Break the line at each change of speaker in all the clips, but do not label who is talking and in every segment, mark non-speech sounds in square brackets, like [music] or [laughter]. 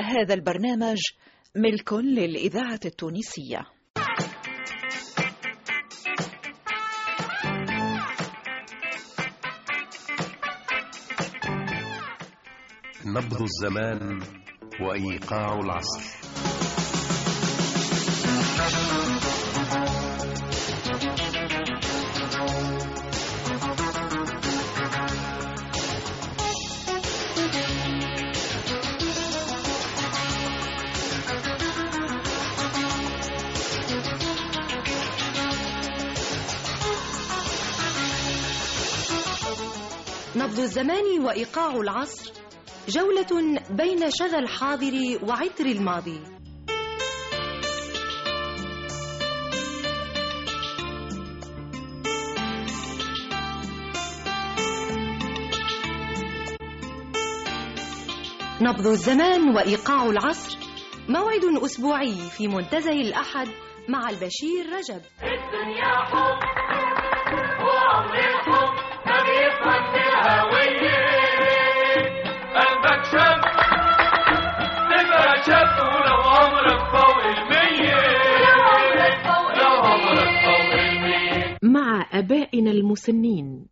هذا البرنامج ملك للإذاعة التونسية
نبض الزمان وإيقاع العصر
نبض الزمان وإيقاع العصر جولة بين شذى الحاضر وعطر الماضي نبض الزمان وإيقاع العصر موعد أسبوعي في منتزه الأحد مع البشير رجب
الدنيا حب وعمر الحب ما بيفهم الهوية قلبك شاب تبقى شاب ولو عمرك فوق المية لو عمرك فوق المية
مع آبائنا المسنين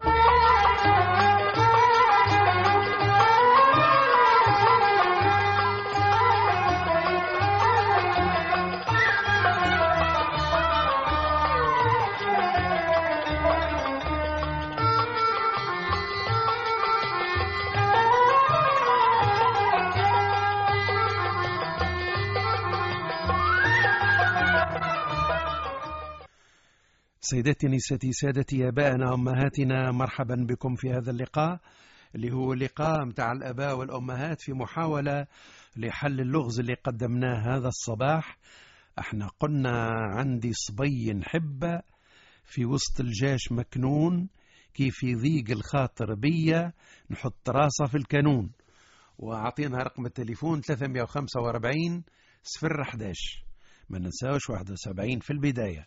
سيداتي نساتي سادتي آبائنا أمهاتنا مرحبا بكم في هذا اللقاء اللي هو لقاء متاع الآباء والأمهات في محاولة لحل اللغز اللي قدمناه هذا الصباح احنا قلنا عندي صبي حبة في وسط الجاش مكنون كيف يضيق الخاطر بيا نحط راسه في الكانون وأعطينا رقم التليفون 345 صفر 11 ما ننساوش 71 في البداية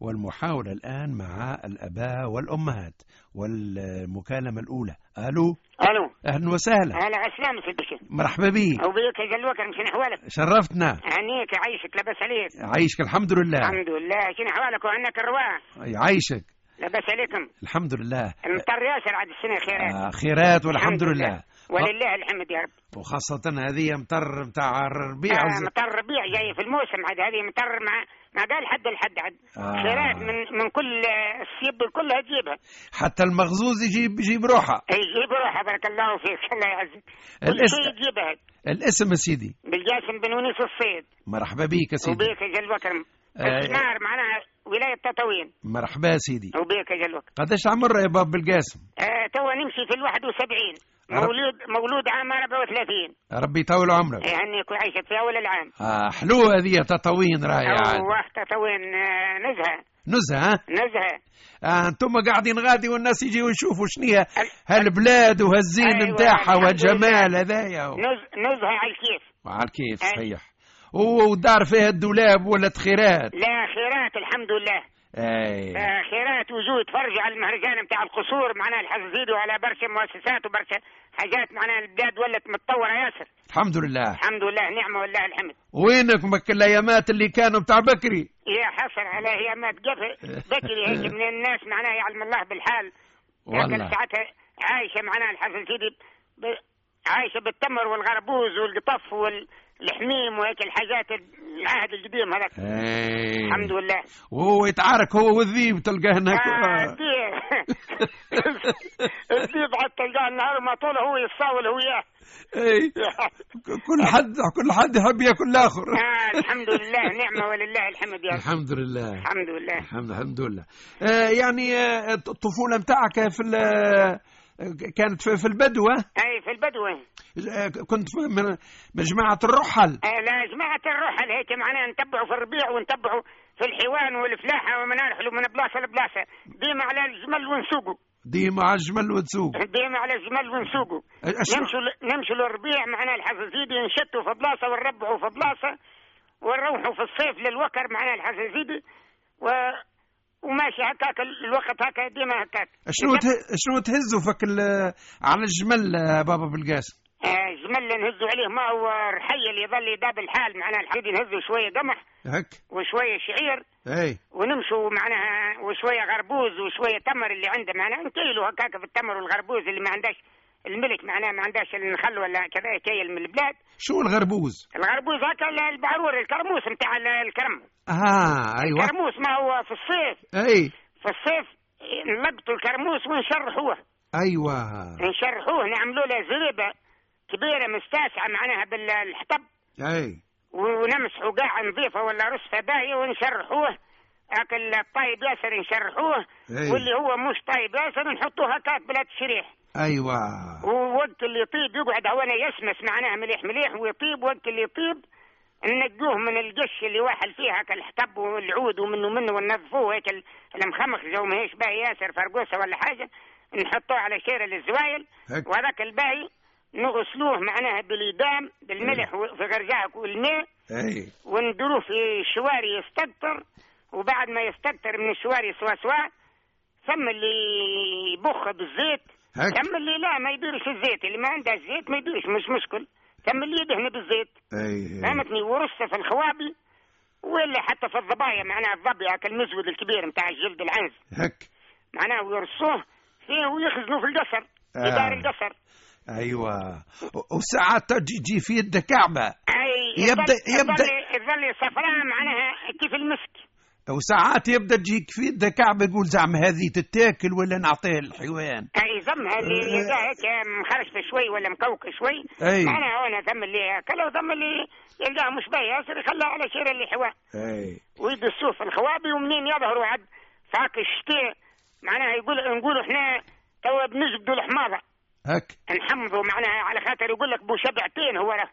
والمحاولة الآن مع الأباء والأمهات والمكالمة الأولى ألو
الو
أهلا وسهلا
على عسلامة سيد بشير
مرحبا بي
او بيك يا جلوكر شنو احوالك؟
شرفتنا
هنيك عايشك لاباس عليك
عايشك الحمد لله
الحمد لله شنو احوالك وعنك الرواح
عايشك
لاباس عليكم
الحمد لله
المطر ياسر عاد السنه خيرات
آه، خيرات والحمد
الحمد
لله
ولله الحمد يا رب
وخاصة هذه مطر متاع الربيع
آه
وز-
مطر ربيع جاي في الموسم عاد هذه مطر مع ما قال حد لحد عاد
آه.
خيرات من من كل آه، السيب كلها تجيبها
حتى المغزوز يجيب يجيب روحه
يجيب روحها بارك الله فيك [laughs] الله يعزك كل
الاسم
شيء يجيبها
الاسم يا سيدي
بالجاسم بن ونيس الصيد
مرحبا بيك يا سيدي
وبيك يا جلوكر
آه.
الشنار معناها ولايه تطاوين
مرحبا يا سيدي
وبيك يا جلوكر
قداش عمر يا باب القاسم
آه توا نمشي في الواحد وسبعين
عرب.
مولود مولود عام 34
ربي يطول عمرك
يهنيك وعايشك في اول العام
آه حلو هذه تطوين راهي إيه، عاد
وقت توين آه، نزهه
نزهة ها؟
نزهه
آه انتم قاعدين غادي والناس يجيوا يشوفوا شنيها هالبلاد وهالزين
أيوة،
نتاعها
الحمد
والجمال
لله.
هذايا و-
نز... نزهه على الكيف
وعلى كيف
أي.
صحيح و- ودار فيها الدولاب ولا تخيرات
لا خيرات الحمد لله
اي
آه خيرات وجود فرج على المهرجان نتاع القصور معناها الحزيد وعلى برشا مؤسسات وبرشا حاجات معناها البلاد ولت متطوره ياسر
الحمد لله
الحمد لله نعمه والله الحمد
وينك مك الايامات اللي كانوا بتاع بكري
يا حسر على هي ما تقف بكري هيك من الناس معناها يعلم الله بالحال لكن
والله
ساعتها عايشه معناها الحسن سيدي ب... عايشه بالتمر والغربوز والقطف والحميم وهيك الحاجات العهد القديم هذاك
اي
الحمد لله
وهو يتعارك هو والذيب تلقاه هناك
آه، الذيب الذيب حتى تلقاه النهار ما طول هو يتصاول هو إياه.
اي كل حد كل حد يحب ياكل الاخر
آه الحمد لله نعمه ولله الحمد يا رب
الحمد لله
الحمد لله
الحمد الحمد لله آه يعني آه، الطفوله نتاعك في ال- آه، كانت في في البدو آه؟
اي في البدوي
آه، كنت في- من من جماعه الرحل
آه لا جماعه الروح هيك معناها نتبعوا في الربيع ونتبعوا في الحيوان والفلاحه ومن نرحلوا من بلاصه لبلاصه ديما على الجمل ونسوقوا [laughs]
ديما على الجمل وتسوق
ديما على الجمل ونسوقوا نمشوا ل- نمشوا للربيع معنا الحفازيدي نشتوا في بلاصه ونربعوا في بلاصه ونروحوا في الصيف للوكر معنا الحفازيدي و... وماشي هكاك ال- الوقت هكا ديما هكاك
شنو ته- شنو تهزوا فك ال- على الجمل آه، بابا بالقاسم
آه، جمل نهزوا عليه ما هو رحيل يظل يداب الحال معناها الحديد نهزوا شويه قمح
هك
وشويه شعير
اي
ونمشوا معناها وشويه غربوز وشويه تمر اللي عنده معناها نكيلوا هكاك في التمر والغربوز اللي ما عندهاش الملك معناها ما عندهاش النخل ولا كذا كايل من البلاد
شو الغربوز
الغربوز هكا البعرور الكرموس نتاع الكرم
اه ايوه
الكرموس ما هو في الصيف
اي
في الصيف نلقطوا الكرموس ونشرحوه
ايوه
نشرحوه نعملوا له زريبه كبيره مستاسعه معناها بالحطب
اي
ونمسحوا قاع نظيفه ولا رصفه باهيه ونشرحوه اكل الطايب ياسر نشرحوه
إي.
واللي هو مش طايب ياسر نحطوه هكاك بلا تشريح
ايوه
ووقت اللي يطيب يقعد هوانا يشمس معناها مليح مليح ويطيب وقت اللي يطيب ننقوه من القش اللي واحل فيه هكا الحطب والعود ومنه منه وننظفوه هيك ال- المخمخجه وما هيش باهي ياسر فرقوسه ولا حاجه نحطوه على شير الزوايل
هيك.
وهذاك الباهي نغسلوه معناها باليدام بالملح و- في غرجاك والماء
اي
وندروه في شواري يستكتر وبعد ما يستكتر من الشواري سوا سوا ثم اللي يبخ بالزيت
هك
ثم اللي لا ما يديرش الزيت اللي ما عنده زيت ما يديرش مش مشكل ثم اللي يدهن بالزيت
اي
فهمتني ورصه في الخوابي ولا حتى في الضبايا معناها الضبي هاك المزود الكبير نتاع الجلد العنز
هك
معناه ويرصوه فيه ويخزنوه في القصر في
آه.
دار القصر
ايوه و- وساعات تجي تجي في يد كعبه
اي
يبدأ- يبدأ-
تظل صفراء معناها كيف المسك
وساعات يبدا تجيك في يد كعبه يقول زعما هذه تتاكل ولا نعطيها للحيوان
اي زمها اللي
آه.
يلقاه هيك مخرشفه شوي ولا مكوك شوي
أي.
معناها هنا ثم اللي كله ثم اللي يلقاه مش باهي ياسر يخلاه على شير اللي حواه
اي
ويدسوه في الخوابي ومنين يظهروا عاد فاك الشتاء معناها يقول نقولوا احنا توا بنجبدوا الحماضه
هك
نحمضوا معناها على خاطر يقول لك بو شبعتين هو راه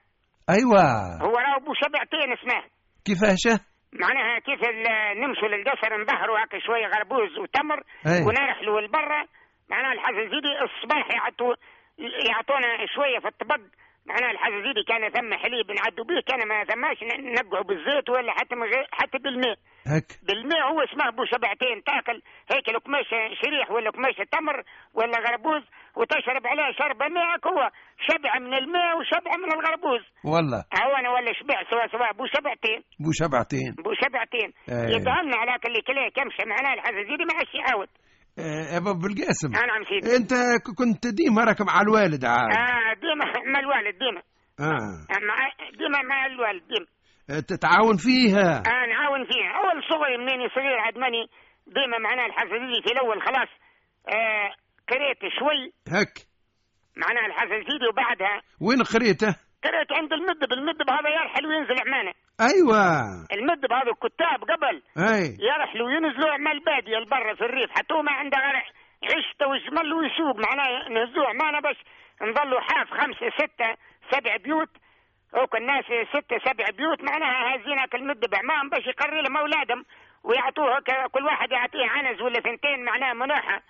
ايوه
هو راه بو شبعتين اسمه
كيفاش
معناها كيف ال- نمشوا للقصر نظهروا هكا شويه غربوز وتمر
أي.
ونرحلوا لبرا معناها الحزازيدي الصباح يعطوا يعطونا شويه في الطبق معناها الحزازيدي كان ثم حليب نعدوا به كان ما ثماش ن- نبقعوا بالزيت ولا حتى من غير حتى بالماء
هك
بالماء هو اسمه بو شبعتين تاكل هيك لقماشه شريح ولا قماشه تمر ولا غربوز وتشرب عليه شربه ماءك هو شبع من الماء وشبع من الغربوز
والله
هو انا ولا شبع سوا سوا بو شبعتين
بو شبعتين
بو شبعتين
إيه.
يدهن على اللي كليك يمشي معناه الحزازيدي ما عادش يعاود
آه، ابو عبد القاسم
انا عم سيدي
انت ك- كنت ديما راك مع الوالد عاد
آه ديما مع الوالد ديما
اه
مع ديما مع الوالد ديما
آه، تتعاون فيها
آه نعاون فيه اول صغري منين صغير عاد ماني ديما معناه الحزازيدي في الاول خلاص آه قريت شوي
هك
معناه الحزازيدي وبعدها
وين قريته
قريت عند المدب المدب هذا يرحل وينزل عمانه
ايوه
المدب هذا الكتاب قبل
اي
يرحلوا ينزلوا عمال بادية لبرا في الريف حتى ما عنده غير عشته وجمل ويسوق معناه نهزوه معنا بس نظلوا حاف خمسة ستة سبع بيوت هوك الناس ستة سبع بيوت معناها هازين هاك المدب عمام باش يقري لهم أولادهم ويعطوه هكا كل واحد يعطيه عنز ولا ثنتين معناها مناحة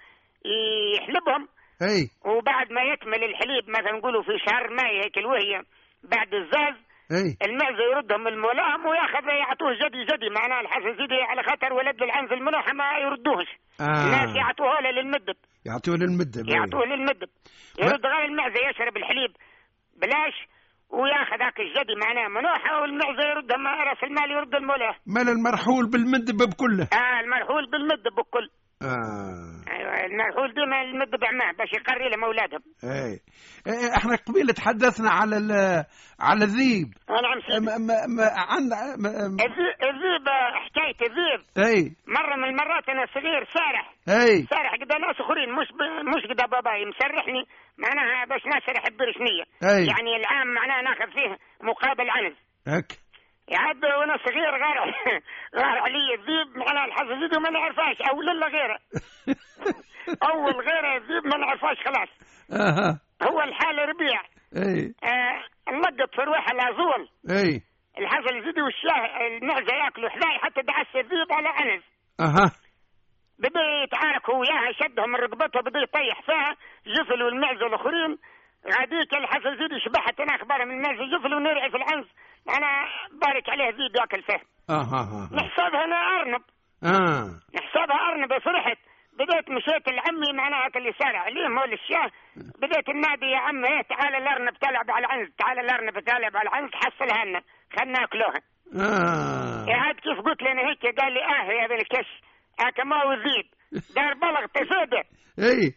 يحلبهم
اي
وبعد ما يكمل الحليب مثلا نقولوا في شهر ماي هيك الوهية بعد الزاز
اي
المعزة يردهم من مولاهم وياخذ يعطوه جدي جدي معناه الحسن زيدي على خاطر ولد العنز المنوحة ما يردوهش الناس
اه
يعطوه له للمدب
يعطوه للمدة بي.
يعطوه للمدب يرد غير المعزة يشرب الحليب بلاش وياخذ هاك الجدي معناه منوحة والمعزة يردهم راس المال يرد المولاه
مال المرحول بالمدب بكله
اه المرحول بالمدب بكل
اه
ايوه المرحول ديما المدب عماه باش يقري لهم اولادهم
اي إيه، احنا قبيل تحدثنا على ال- على الذيب
وانا عم سيدي
ما ما ما عند ما- ما-
الذي- الذيب آه، حكاية الذيب
اي
مرة من المرات أنا صغير سارح
اي
سارح قدا ناس اخرين مش ب... مش قدا باباي مسرحني معناها باش نسرح برسميه
أي.
يعني العام معناها ناخذ فيه مقابل عنز
هك
عاد وانا صغير غير [laughs] غير علي الذيب معناها الحظ الذيب ما نعرفهاش او لله غيره اول غيره الذيب ما نعرفهاش خلاص
اها
هو الحال ربيع
اي
آه نلقط في روحه العزول
اي
الحظ الزيدي والشاه المعزه ياكلوا حذاي حتى دعس الذيب على عنز
اها
بدا يتعارك هو وياها شدهم من رقبتها بدا يطيح فيها جفل والمعزه الاخرين هذيك الحسن زيدي شبحت انا اخبار من المعزه جفل ونرعي في العنز انا بارك عليه زيد ياكل فيه
اها اها
نحسبها انا ارنب
اه
نحسبها ارنب فرحت بديت مشيت لعمي معناها اللي صار عليه مول الشاه بديت النادي يا عم ايه تعال الارنب تلعب على العنز تعال الارنب تلعب على العنز حصلها لنا خلنا ناكلوها
آه.
إيه عاد كيف قلت لي انا هيك قال لي اه يا ذا الكش هكا ما هو ذيب دار بلغ تصيده
اي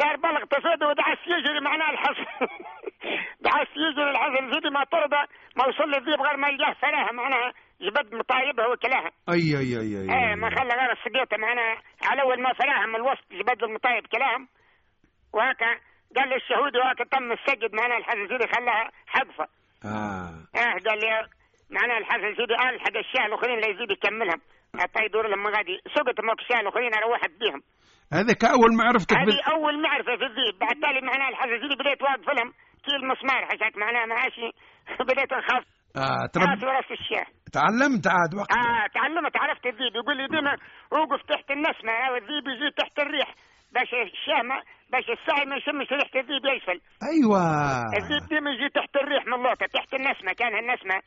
دار بلغ تصيده ودعس يجري معناه الحصن [laughs] دعس يجري الحصن زيدي ما طرده ما وصل للذيب غير ما لقاه فراها معناها جبد مطايبها وكلاها
اي اي اي اي
ايه ما خلى غير السبيطه معنا على اول ما فلاهم الوسط جبد المطايب كلام وهكا قال لي الشهود وهكا تم السجد معنا الحزازيري خلاها حذفه
آه.
اه قال لي معنا الحزازيري الحق الشاه الاخرين ليزيد يكملهم حتى يدور لهم غادي سقط موك الشاه الاخرين انا روحت بيهم
هذاك اول ما عرفتك بال...
هذه اول معرفه في الذيب بعد تالي معنا الحزازيري بديت واقف لهم كي المسمار حشات معناها معاشي [laughs] بديت نخاف
آه.
راسي
ترب...
وراس الشاه
تعلمت عاد وقت
اه تعلمت عرفت الذيب يقول لي ديما اوقف تحت النسمه آه، والذيب يجي تحت الريح باش الشامه باش الساعي ما يشمش ريحه الذيب يسفل
ايوه
الذيب ديما يجي تحت الريح من اللوطه تحت النسمه كان النسمه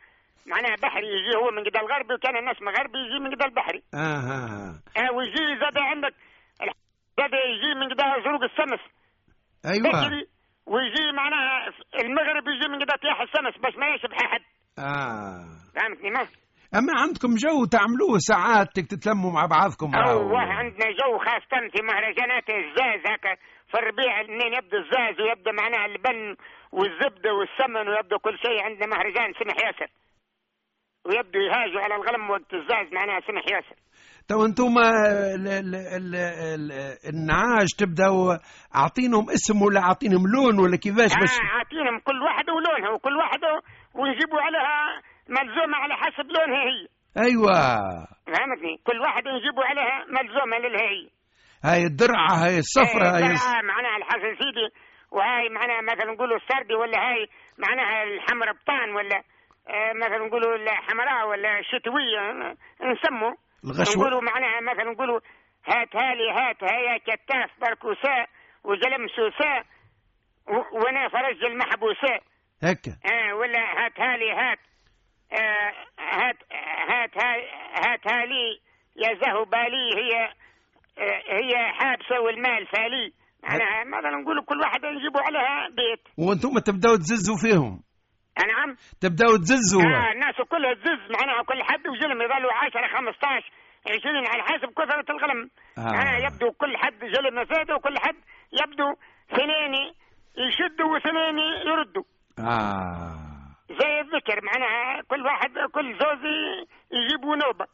معناها بحري يجي هو من قدال الغربي وكان النسمه غربي يجي من قدال البحري
آه. آه.
آه ويجي زاد عندك الح- زاد يجي من قدال زروق الشمس
ايوه
بكري ويجي معناها المغرب يجي من قدال طياح الشمس باش ما يشبح احد
آه.
فهمتني ما؟
اما عندكم جو تعملوه ساعات تك- تتلموا مع بعضكم
اوه عندنا جو خاصة في مهرجانات الزاز هكا في الربيع منين يبدا الزاز ويبدا معناها البن والزبدة والسمن ويبدا كل شيء عندنا مهرجان سمح ياسر ويبدو يهاجوا على الغلم وقت الزاز معناها سمح ياسر
تو انتم آه، ال- ال- ال- ال- النعاش تبداوا اعطينهم اسم ولا اعطينهم لون ولا كيفاش باش
آه عاطينهم كل واحد ولونها وكل واحدة ونجيبوا عليها ملزومة على حسب لونها هي
ايوه
فهمتني كل واحد نجيبوا عليها ملزومة للها هي
هاي الدرعه هاي الصفرة
إيه،
هاي الس-
لا، معناها الحسن سيدي وهاي معناها مثلا نقولوا السردي ولا هاي معناها الحمر بطان ولا آه، مثلا نقولوا الحمراء ولا الشتوية آه، نسموا
الغشوة
نقولوا معناها مثلا نقولوا هات هالي هات هيا كتاف بركوساء وزلم سوساء و- وانا فرج المحبوساء
هكا
آه، ولا هات هالي هات آه، هات هات هاي- هات هالي يا زهو بالي هي آه، هي حابسه والمال فالي انا مثلا نقول كل واحد نجيبوا عليها بيت
وانتم تبداوا تززوا فيهم
نعم
تبداوا تززوا
آه الناس كلها تزز معناها كل حد وجلم يظلوا 10 15 20 على حسب كثره الغلم
آه.
آه يبدو كل حد جلم زاده وكل حد يبدو ثنين يشدوا وثنين يردوا
اه
زي الذكر معناها كل واحد كل زوزي يجيبوا نوبه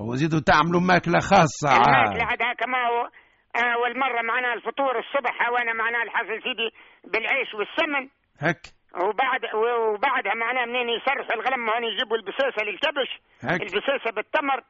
وزيدوا تعملوا آه. ماكله خاصه
الماكله
عاد.
عاد هكا ما هو آه والمره معناها الفطور الصبح وانا معناها الحفل سيدي بالعيش والسمن
هك
وبعد وبعدها معناها منين يصرفوا الغلم هون يجيبوا البسيسه للكبش
هك
البسيسه بالتمر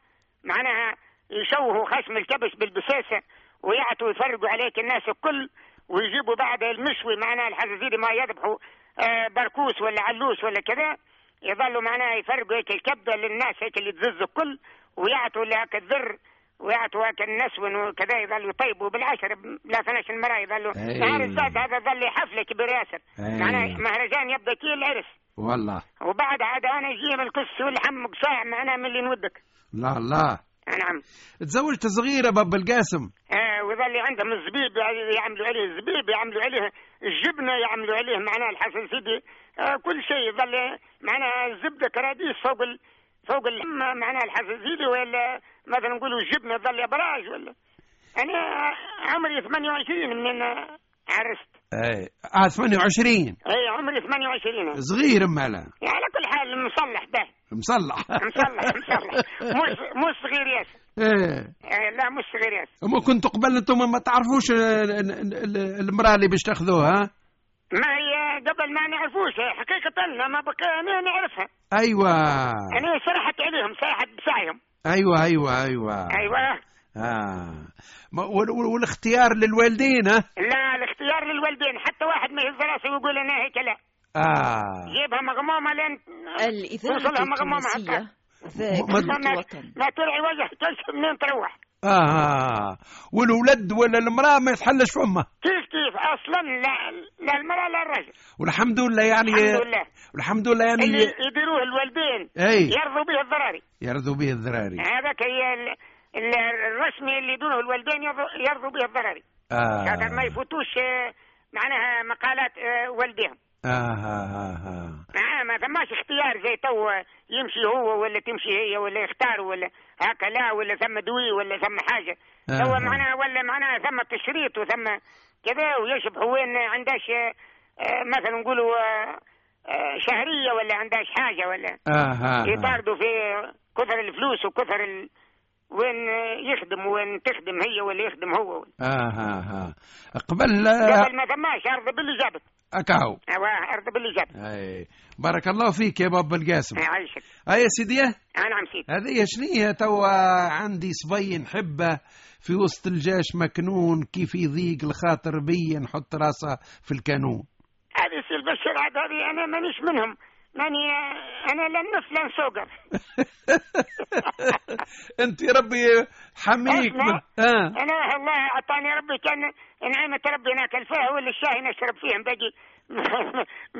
معناها يشوهوا خشم الكبش بالبسيسه ويعطوا يفرقوا عليك الناس الكل ويجيبوا بعد المشوي معناها الحزازيري ما يذبحوا آه، بركوس ولا علوش ولا كذا يظلوا معناها يفرقوا هيك الكبده للناس هيك اللي تزز الكل ويعطوا لهاك الذر ويعطوا هاك النسون وكذا يظلوا يطيبوا بالعشر لا 12 مره يظلوا
أي.
نهار الزاد هذا ظل حفله كبير ياسر
أي.
معناها مهرجان يبدا كي العرس
والله
وبعد عاد انا يجيب الكس والحم قصاع معناها من اللي نودك
لا لا
نعم
تزوجت صغيره باب القاسم
آه وظل عندهم الزبيب يعني يعملوا عليه الزبيب يعملوا عليه الجبنه يعملوا عليه معناها الحسن سيدي آه كل شيء ظل معناها الزبده كراديس فوق ال... فوق ال... معناها الحسن سيدي ولا مثلا نقولوا الجبنه ظل ابراج ولا انا عمري 28 من آه، عرست
اي اه 28
اي عمري 28
صغير مالا
يعني على كل حال مصلح به
مصلح
مصلح مصلح مش
[laughs]
مش صغير ياسر
ايه
آه لا مش صغير ياسر
اما كنتوا قبل انتم ما تعرفوش ال- ال- ال- المراه اللي باش تاخذوها
ما هي قبل ما نعرفوش حقيقة لنا ما بقى أنا نعرفها
ايوه
أنا صرحت عليهم صرحت بسعيهم
ايوه ايوه ايوه
أيوة
اه ما- وال- وال- والاختيار للوالدين ها
لا الاختيار للوالدين حتى واحد ما يهز راسه ويقول أنا هيك لا
اه
جيبها مغمومة لين
الإذاعة
توصلها مغمومة هكا.
التونسية
إيه،
ما-
ذاكرة
ما,
الوطن
ما ترعي وجهك تنسى منين تروح
اه والولد ولا المراه ما يتحلش فمها
كيف كيف أصلا لا لا المرأة لا الرجل
والحمد لله يعني
الحمد لله
والحمد لله
اللي
يعني
يديروه الوالدين
اي
يرضوا به الضراري
يرضوا به الذراري
هذاك هي ال- ال- الرسمي اللي دونه الوالدين يرضوا- يرضوا به الضرري
آه.
خاطر ما يفوتوش آه، معناها مقالات آه، والديهم
آه آه آه.
معناها ما ثماش اختيار زي تو آه، يمشي هو ولا تمشي هي ولا يختار ولا هكا لا ولا ثم دوي ولا ثم حاجه
آه.
تو معناها ولا معناها ثم تشريط وثم كذا ويشبه وين عندهاش آه، آه، مثلا نقولوا آه، آه، شهريه ولا عندهاش حاجه ولا
آه آه آه.
يطاردوا في كثر الفلوس وكثر ال... وين يخدم وين تخدم هي ولا يخدم هو
آه آه. قبل آه،
قبل ما ثماش ارض باللي جابت
أكاو
أواه، ارض باللي جابت
أي بارك الله فيك يا باب القاسم
يعيشك
أي يا سيدي
انا عم سيدي
هذه شنية توا عندي صبي نحبه في وسط الجاش مكنون كيف يضيق الخاطر بي نحط راسه في الكانون [laughs]
هذه سي البشير عاد هذه انا مانيش منهم ماني انا لا نف لا نسوقر
انت ربي حميك
أسمع.
من... آه.
انا والله اعطاني ربي كان نعمه ربي ناكل فيها ولا الشاي نشرب فيه باقي [laughs]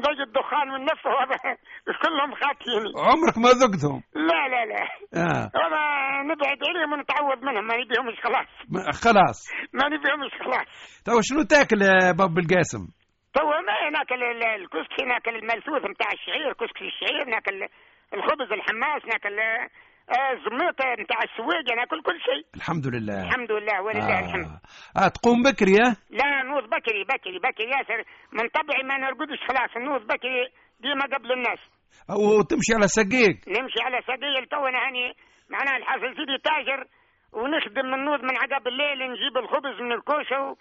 باقي الدخان والنفه وهذا [laughs] كلهم خاطيني
عمرك ما ذقتهم
لا لا لا
آه.
انا نبعد عليهم ونتعوض منهم ما نبيهمش خلاص
ما- خلاص
ما نبيهمش خلاص
توا شنو تاكل يا باب القاسم
تو ما ناكل ال- الكسكسي ناكل الملثوث نتاع الشعير كسكسي الشعير ناكل الخبز الحماس ناكل آه، آه، الزميطه نتاع السواقه ناكل كل شيء
الحمد لله
الحمد لله ولله الحمد
آه. تقوم بكري ها؟
لا نوض بكري بكري بكري ياسر من طبعي ما نرقدش خلاص نوض بكري ديما قبل الناس
او تمشي على سقيك
نمشي على سبيل تو انا هاني معناها الحاصل سيدي تاجر ونخدم من نوض من عقب الليل نجيب الخبز من الكوشه و...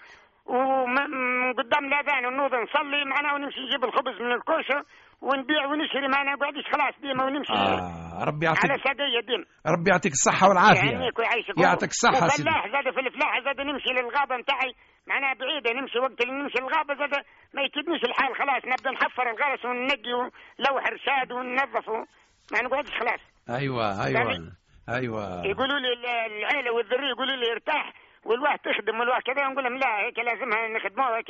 ومن من قدام الاذان نوض نصلي معناها ونمشي نجيب الخبز من الكوشه ونبيع ونشري ما نقعدش خلاص ديما ونمشي آه.
آه. ربي
على
يعطيك
سدية ديما
ربي يعطيك الصحة والعافية
يعينك ويعيشك
يعطيك الصحة سيدي
وفلاح زاد في الفلاح زاد نمشي للغابه نتاعي معناها بعيده نمشي وقت اللي نمشي الغابه زاد ما يكدنيش الحال خلاص نبدا نحفر الغرس وننقي ولوح رشاد وننظف و- ما نقعدش خلاص
ايوه ايوه
يعني-
ايوه
يقولوا لي ال- العيله والذريه يقولوا لي ارتاح والواحد تخدم والواحد كذا نقول لهم لا هيك لازمها نخدموها هيك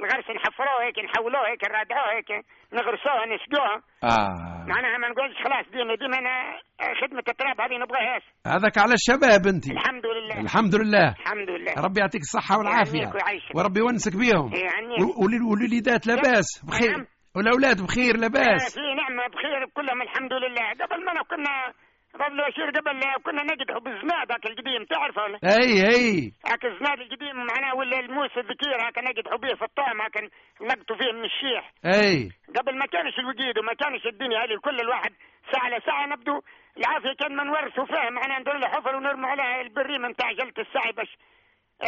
الغرس نحفروه هيك نحولوه هيك نرادعوه هيك نغرسوها نسقوها
آه.
معناها ما نقولش خلاص ديما ديما انا خدمه التراب هذه نبغاها ياسر.
هذاك على الشباب انت
الحمد لله يعني
الحمد لله
الحمد لله إيه،
ربي يعطيك الصحة والعافية
يعينك ويعيشك.
وربي يونسك بيهم
يعنيك.
وال- وال- والوليدات لاباس بخير
يعني- نعم.
والأولاد بخير لاباس
آه، في نعمه بخير كلهم الحمد لله قبل ما أنا كنا قبل وشير قبل كنا نقدحوا بالزناد هاك القديم تعرفه ولا
اي اي
هاك الزناد القديم معناه ولا الموس الذكير هاك نقدحوا به في الطعم هاك نلقطوا فيه من الشيح
اي
قبل ما كانش الوجيد وما كانش الدنيا هذه كل الواحد ساعة على ساعة نبدو العافية كان ما نورثوا فيها معناها ندير له حفر ونرموا عليها البريمة نتاع جلة الساعة باش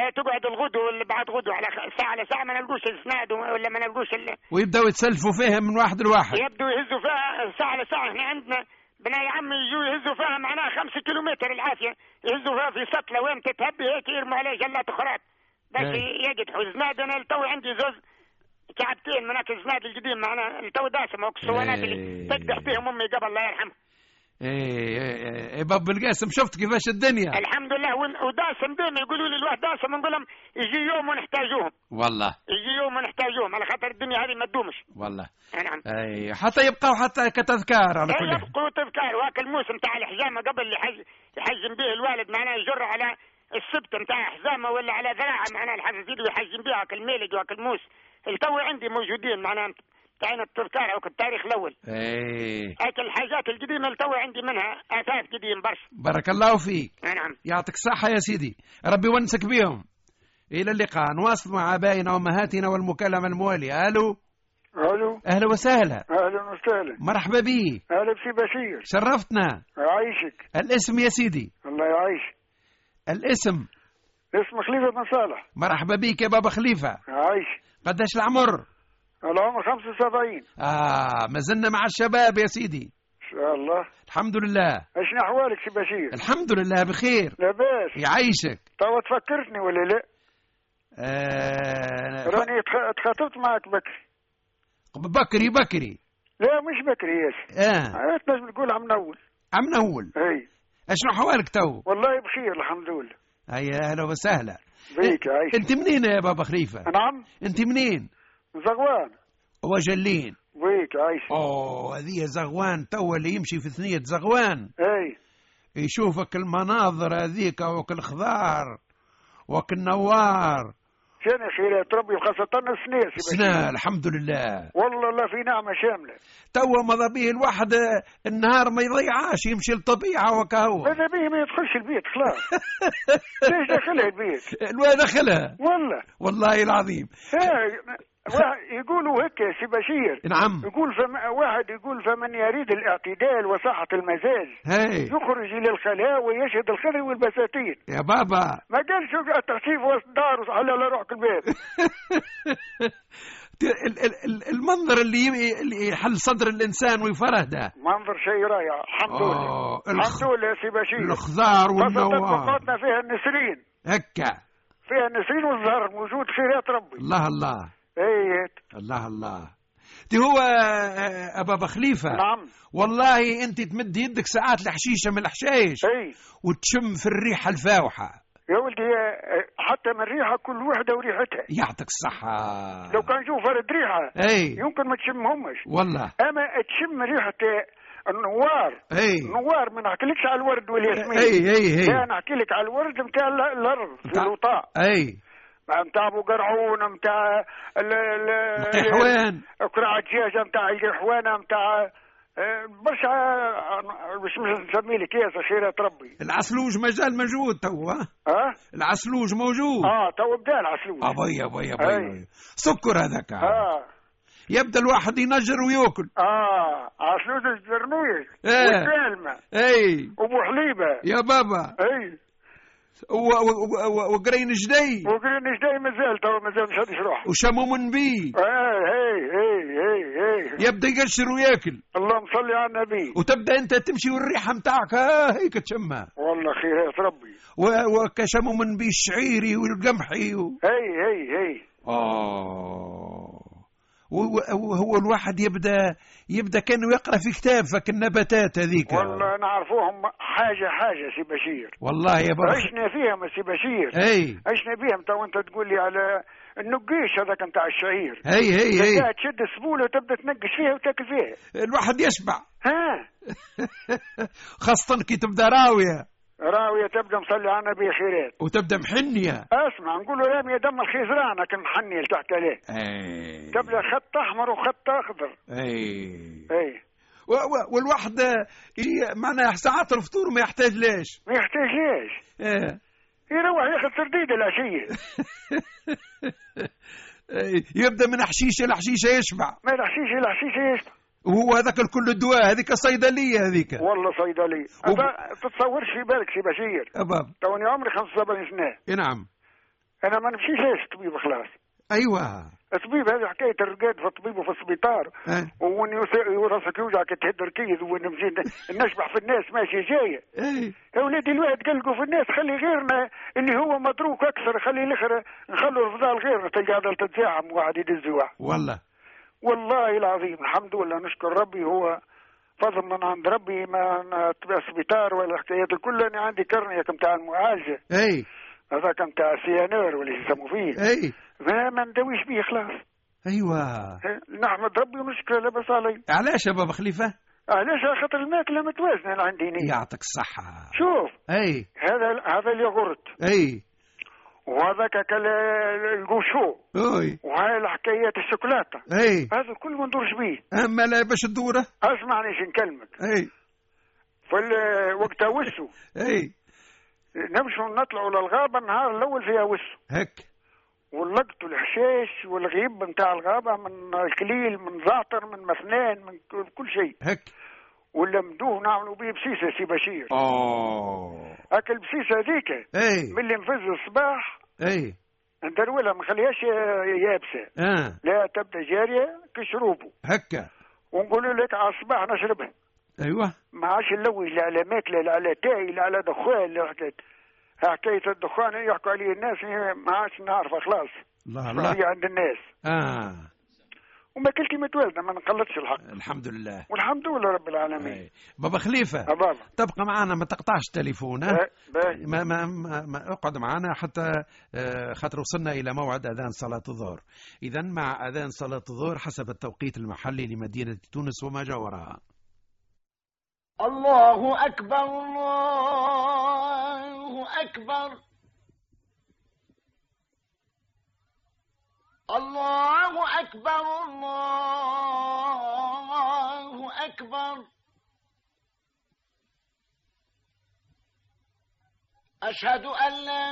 آه، تقعد الغدو اللي بعد غدو على خ- ساعة على ساعة ما نلقوش السناد وما- ولا ما نلقوش ال...
ويبداو يتسلفوا فيها من واحد لواحد
يبدو يهزوا فيها ساعة على ساعة احنا عندنا بنا يا عمي يجوا يهزوا فيها معناها خمسة كيلومتر العافية يهزوا فيها في سطلة وين تتهبي هيك يرموا عليها جلات أخرات باش
إيه.
يقدحوا الزناد أنا التو عندي زوز كعبتين من هاك الزناد القديم معنا التو داسم هاك الصوانات
إيه.
اللي تقدح فيهم أمي قبل الله يرحمها
اي اي, اي, اي إيه، باب القاسم شفت كيفاش الدنيا
الحمد لله ون- وداسم ديما يقولوا لي الواحد داسم نقول لهم يجي يوم ونحتاجوهم
والله
يجي يوم ونحتاجوهم على خاطر الدنيا هذه ما تدومش
والله
أي نعم
اي حتى يبقاو حتى كتذكار على
اي
كل حال.
يبقوا تذكار وهاك الموس نتاع الحزامه قبل اللي يحج- يحجم به الوالد معناه يجر على السبت نتاع حزامه ولا على ذراعه معناه الحساسيد ويحجم بها هاك الميلج وهاك الموس التو عندي موجودين معناه تاعين التذكار هاك التاريخ الاول
اي
هاك الحاجات القديمه التو عندي منها اثاث قديم برشا
بارك الله فيك
أي نعم
يعطيك الصحة يا سيدي ربي يونسك بيهم إلى اللقاء نواصل مع آبائنا وأمهاتنا والمكالمة الموالية ألو
الو
أهلا وسهلا
اهلا وسهلا
مرحبا بي
اهلا بسي بشير
شرفتنا
يعيشك
الاسم يا سيدي
الله يعيشك
الاسم
اسمي خليفه بن صالح
مرحبا بيك يا بابا خليفة
يعيشك
قداش العمر
العمر 75 ان
آه ما زلنا مع الشباب يا سيدي
شاء الله
الحمد لله
اشني احوالك سي بشير
الحمد لله بخير
لاباس
يعيشك
توا تفكرتني ولا لا
آه
راني تخ- تخاطبت معك بكري
بكري بكري
لا مش بكري ياسر
اه
عرفت لازم تقول عم نول
عم نول
اي
اشنو حوالك تو
والله بخير الحمد لله
هيا اهلا وسهلا
بيك يعيشك
انت منين يا بابا خليفه
نعم
انت منين
زغوان
وجلين آه.
بيك يعيشك
اوه هذه زغوان توا اللي يمشي في ثنيه زغوان
اي
يشوفك المناظر هذيك وك الخضار وك النوار
شان خيرات ربي وخاصة السناس
سنا الحمد لله
والله لا في نعمة شاملة
توا ماذا به الواحد آه، النهار ما يضيعش يمشي للطبيعة وكهو
ماذا به ما يدخلش البيت
[laughs]
خلاص ليش دخلها البيت
الواد دخلها
والله
والله العظيم
إيه، واحد يقولوا هيك يا سي بشير
نعم
يقول فم... واحد يقول فمن يريد الاعتدال وصحة المزاج
هاي
يخرج إلى الخلاء ويشهد الخير والبساتين
يا بابا [laughs]
ما قالش التخفيف وسط دار على على روحك الباب
ال- ال- ال- المنظر اللي ي- اللي يحل صدر الانسان ويفرهده
منظر شيء رائع الحمد لله
آه، الخ-
الحمد لله يا سي بشير
الخضار
خاصة
والنوار
وقاتنا فيها النسرين
هكا
فيها النسرين والزهر موجود خيرات ربي إيه،
الله الله
اي
الله الله تي هو آه، ابا بخليفه
نعم
والله انت تمد يدك ساعات الحشيشه من الحشايش
اي
وتشم في الريحه الفاوحه
إيه. يا ولدي يا- حتى من ريحه كل وحده وريحتها
يعطيك الصحه
لو كان جو فرد ريحه
اي
يمكن ما تشمهمش
والله
اما تشم ريحه النوار
اي
النوار ما نحكيلكش على الورد والياسمين
اي اي
لا
اي
نحكي لك على الورد نتاع الارض في
متاع-
الوطاء
اي
نتاع ابو قرعون نتاع
حيوان
قرعه دجاجه نتاع الحوانه نتاع آه، برشا آه، مش مش نسمي لك يا خيرات ربي
العسلوج مازال موجود تو ها؟
ها
العسلوج موجود
اه تو بدا العسلوج
ابي ابي
أي.
ابي سكر هذاك
اه
يبدا الواحد ينجر وياكل
اه عسلوج الزرنوج
إيه.
والسالمه
اي
وابو حليبه
يا بابا
اي
و- و- و- وقرين جدي
وقرينيش داي مازال تو مازال مش هادش روحه
وشموم نبي
اي اي اي اي اي
يبدا يقشر وياكل
اللهم صل على النبي
وتبدا انت تمشي والريحه نتاعك ها هيك تشمها
والله خيرات ربي
و- وكشموم نبي الشعيري والقمحي و...
اي اي اي
آه و- و- وهو الواحد يبدا يبدا كانه يقرا في كتاب فك النباتات هذيك
والله نعرفوهم حاجه حاجه سي
[laughs]
بشير
والله يا بابا
عشنا فيهم سي بشير
اي
عشنا بيهم تو انت تقول لي على النقيش هذاك نتاع الشعير
هي هي
تبدا
هي
تشد السبوله وتبدا تنقش فيها وتاكل فيها
الواحد يشبع
ها
[laughs] خاصة كي تبدا راوية
راوية تبدا مصلي على النبي خيرات
وتبدا محنية
اسمع نقول له رامي يا دم الخيزران لكن محني اللي تحكي عليه
اي
تبدا خط احمر وخط إيه. اخضر
اي
اي
و- و- والواحد آه، ي- معناها ساعات الفطور ما يحتاج ليش
ما يحتاجهاش
[laughs] إيه.
يروح ياخذ ترديد العشيه
إيه، يبدا من حشيشه لحشيشه يشبع
ما يلحشيش العشيه يشبع
وهو هذاك الكل الدواء هذيك الصيدليه هذيك
والله صيدلي
وب-
أنت تتصورش في بالك سي بشير
أباب
توني عمري 75 سنه
إيه نعم
انا ما نمشيش طبيب خلاص
أيوة
الطبيب هذه حكايه الرقاد في الطبيب وفي السبيطار
إيه.
وين راسك يوجعك تهد ركيز وين نمشي ن- نشبح في الناس ماشي جايه
إيه
يا ولادي الواحد قلقوا في الناس خلي غيرنا اللي هو متروك اكثر خلي الاخر نخلوا الفضاء لغيرنا تلقى هذا تتزاحم واحد يدز واحد
والله
والله العظيم الحمد لله نشكر ربي هو فضل من عند ربي ما ما تبقى سبيطار ولا حكايات الكل انا عندي كرنيك نتاع المعالجه
إيه
هذاك نتاع سيانور ولا يسموا فيه
إيه
ما ما نداويش بيه خلاص نعم،
أيوة ل
نحمد ربي ونشكره لاباس علي
علاش يا بابا خليفة
علاش على خاطر الماكله متوازنه أنا عندي نية.
يعطيك الصحة
شوف
أي
هذا هذا الياغورت
أي
وهذاك كال- القوشو
أوي
وهاي الحكايات الشوكولاته
أي
هذا كل ما ندورش بيه
أما لا باش تدوره
اسمعني شو نكلمك
أي
في ال- وقت وسو
أي
نمشوا نطلعوا للغابه النهار الاول فيها وسو
هك
ولقطوا الحشيش والغيب نتاع الغابه من الكليل من زعتر من مثنان من ك- كل شيء
هك
ولمدوه نعملوا بيه بسيسه سي بشير
أوه
هاك البسيسه هذيك
أي
ملي نفز الصباح
أي
ندرولها ما نخليهاش ي- يابسه
آه
لا تبدا جاريه كشروبه
هكا
ونقول لك على الصباح نشربها
أيوة
ما عادش نلوج لا على ماكله لا على تاي لا على دخان لا حكايه حكايه الدخان يحكوا عليه الناس هي ما عادش نعرفها خلاص
الله
هي
الله
عند الناس
آه
وما كلتي متوازنه ما نقلتش الحق
الحمد لله
والحمد لله رب العالمين
أي. بابا خليفة
أبابا
تبقى معنا ما تقطعش آه. التليفون ها
باهي، أه. باهي.
ما ما ما ما اقعد معنا حتى آه، خاطر وصلنا الى موعد اذان صلاه الظهر اذا مع اذان صلاه الظهر حسب التوقيت المحلي لمدينه تونس وما جاورها
الله أكبر الله أكبر الله أكبر الله أكبر أشهد أن لا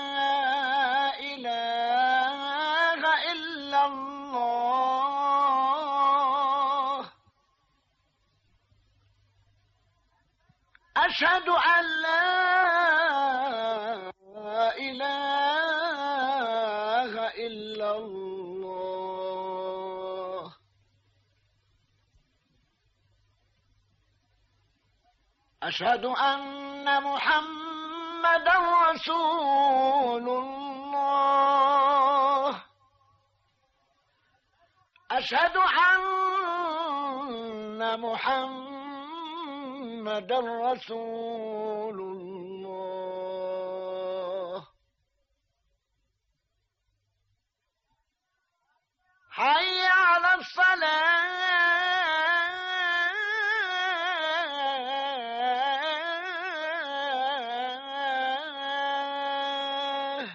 إله إلا الله أشهد أن لا إله إلا الله أشهد أن محمدا رسول الله أشهد أن محمدا رسول الله حي على الصلاة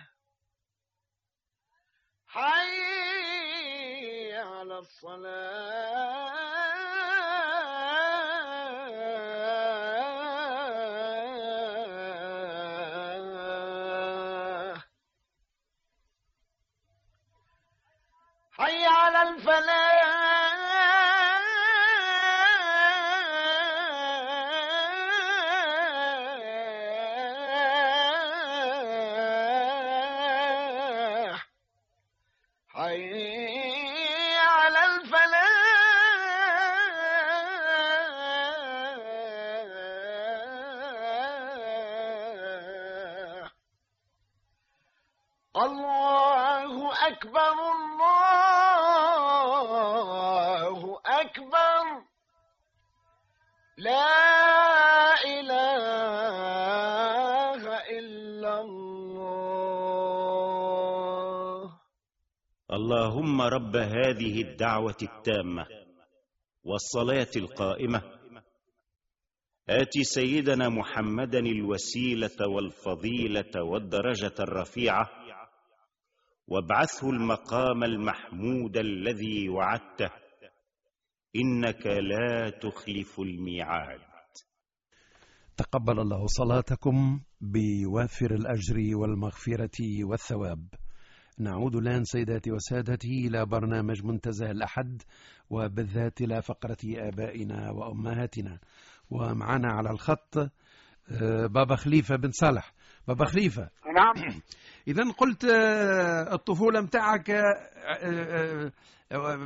حي على الصلاة حي على الفلاح حي على الفلاح الله أكبر الله أكبر لا إله إلا الله
اللهم رب هذه الدعوة التامة والصلاة القائمة آت سيدنا محمدا الوسيلة والفضيلة والدرجة الرفيعة وابعثه المقام المحمود الذي وعدته إنك لا تخلف الميعاد
تقبل الله صلاتكم بوافر الأجر والمغفرة والثواب نعود الآن سيداتي وسادتي إلى برنامج منتزه الأحد وبالذات إلى فقرة آبائنا وأمهاتنا ومعنا على الخط آه، بابا خليفة بن صالح بابا خليفة
نعم
إذا قلت آه، الطفولة متاعك آه، آه، آه،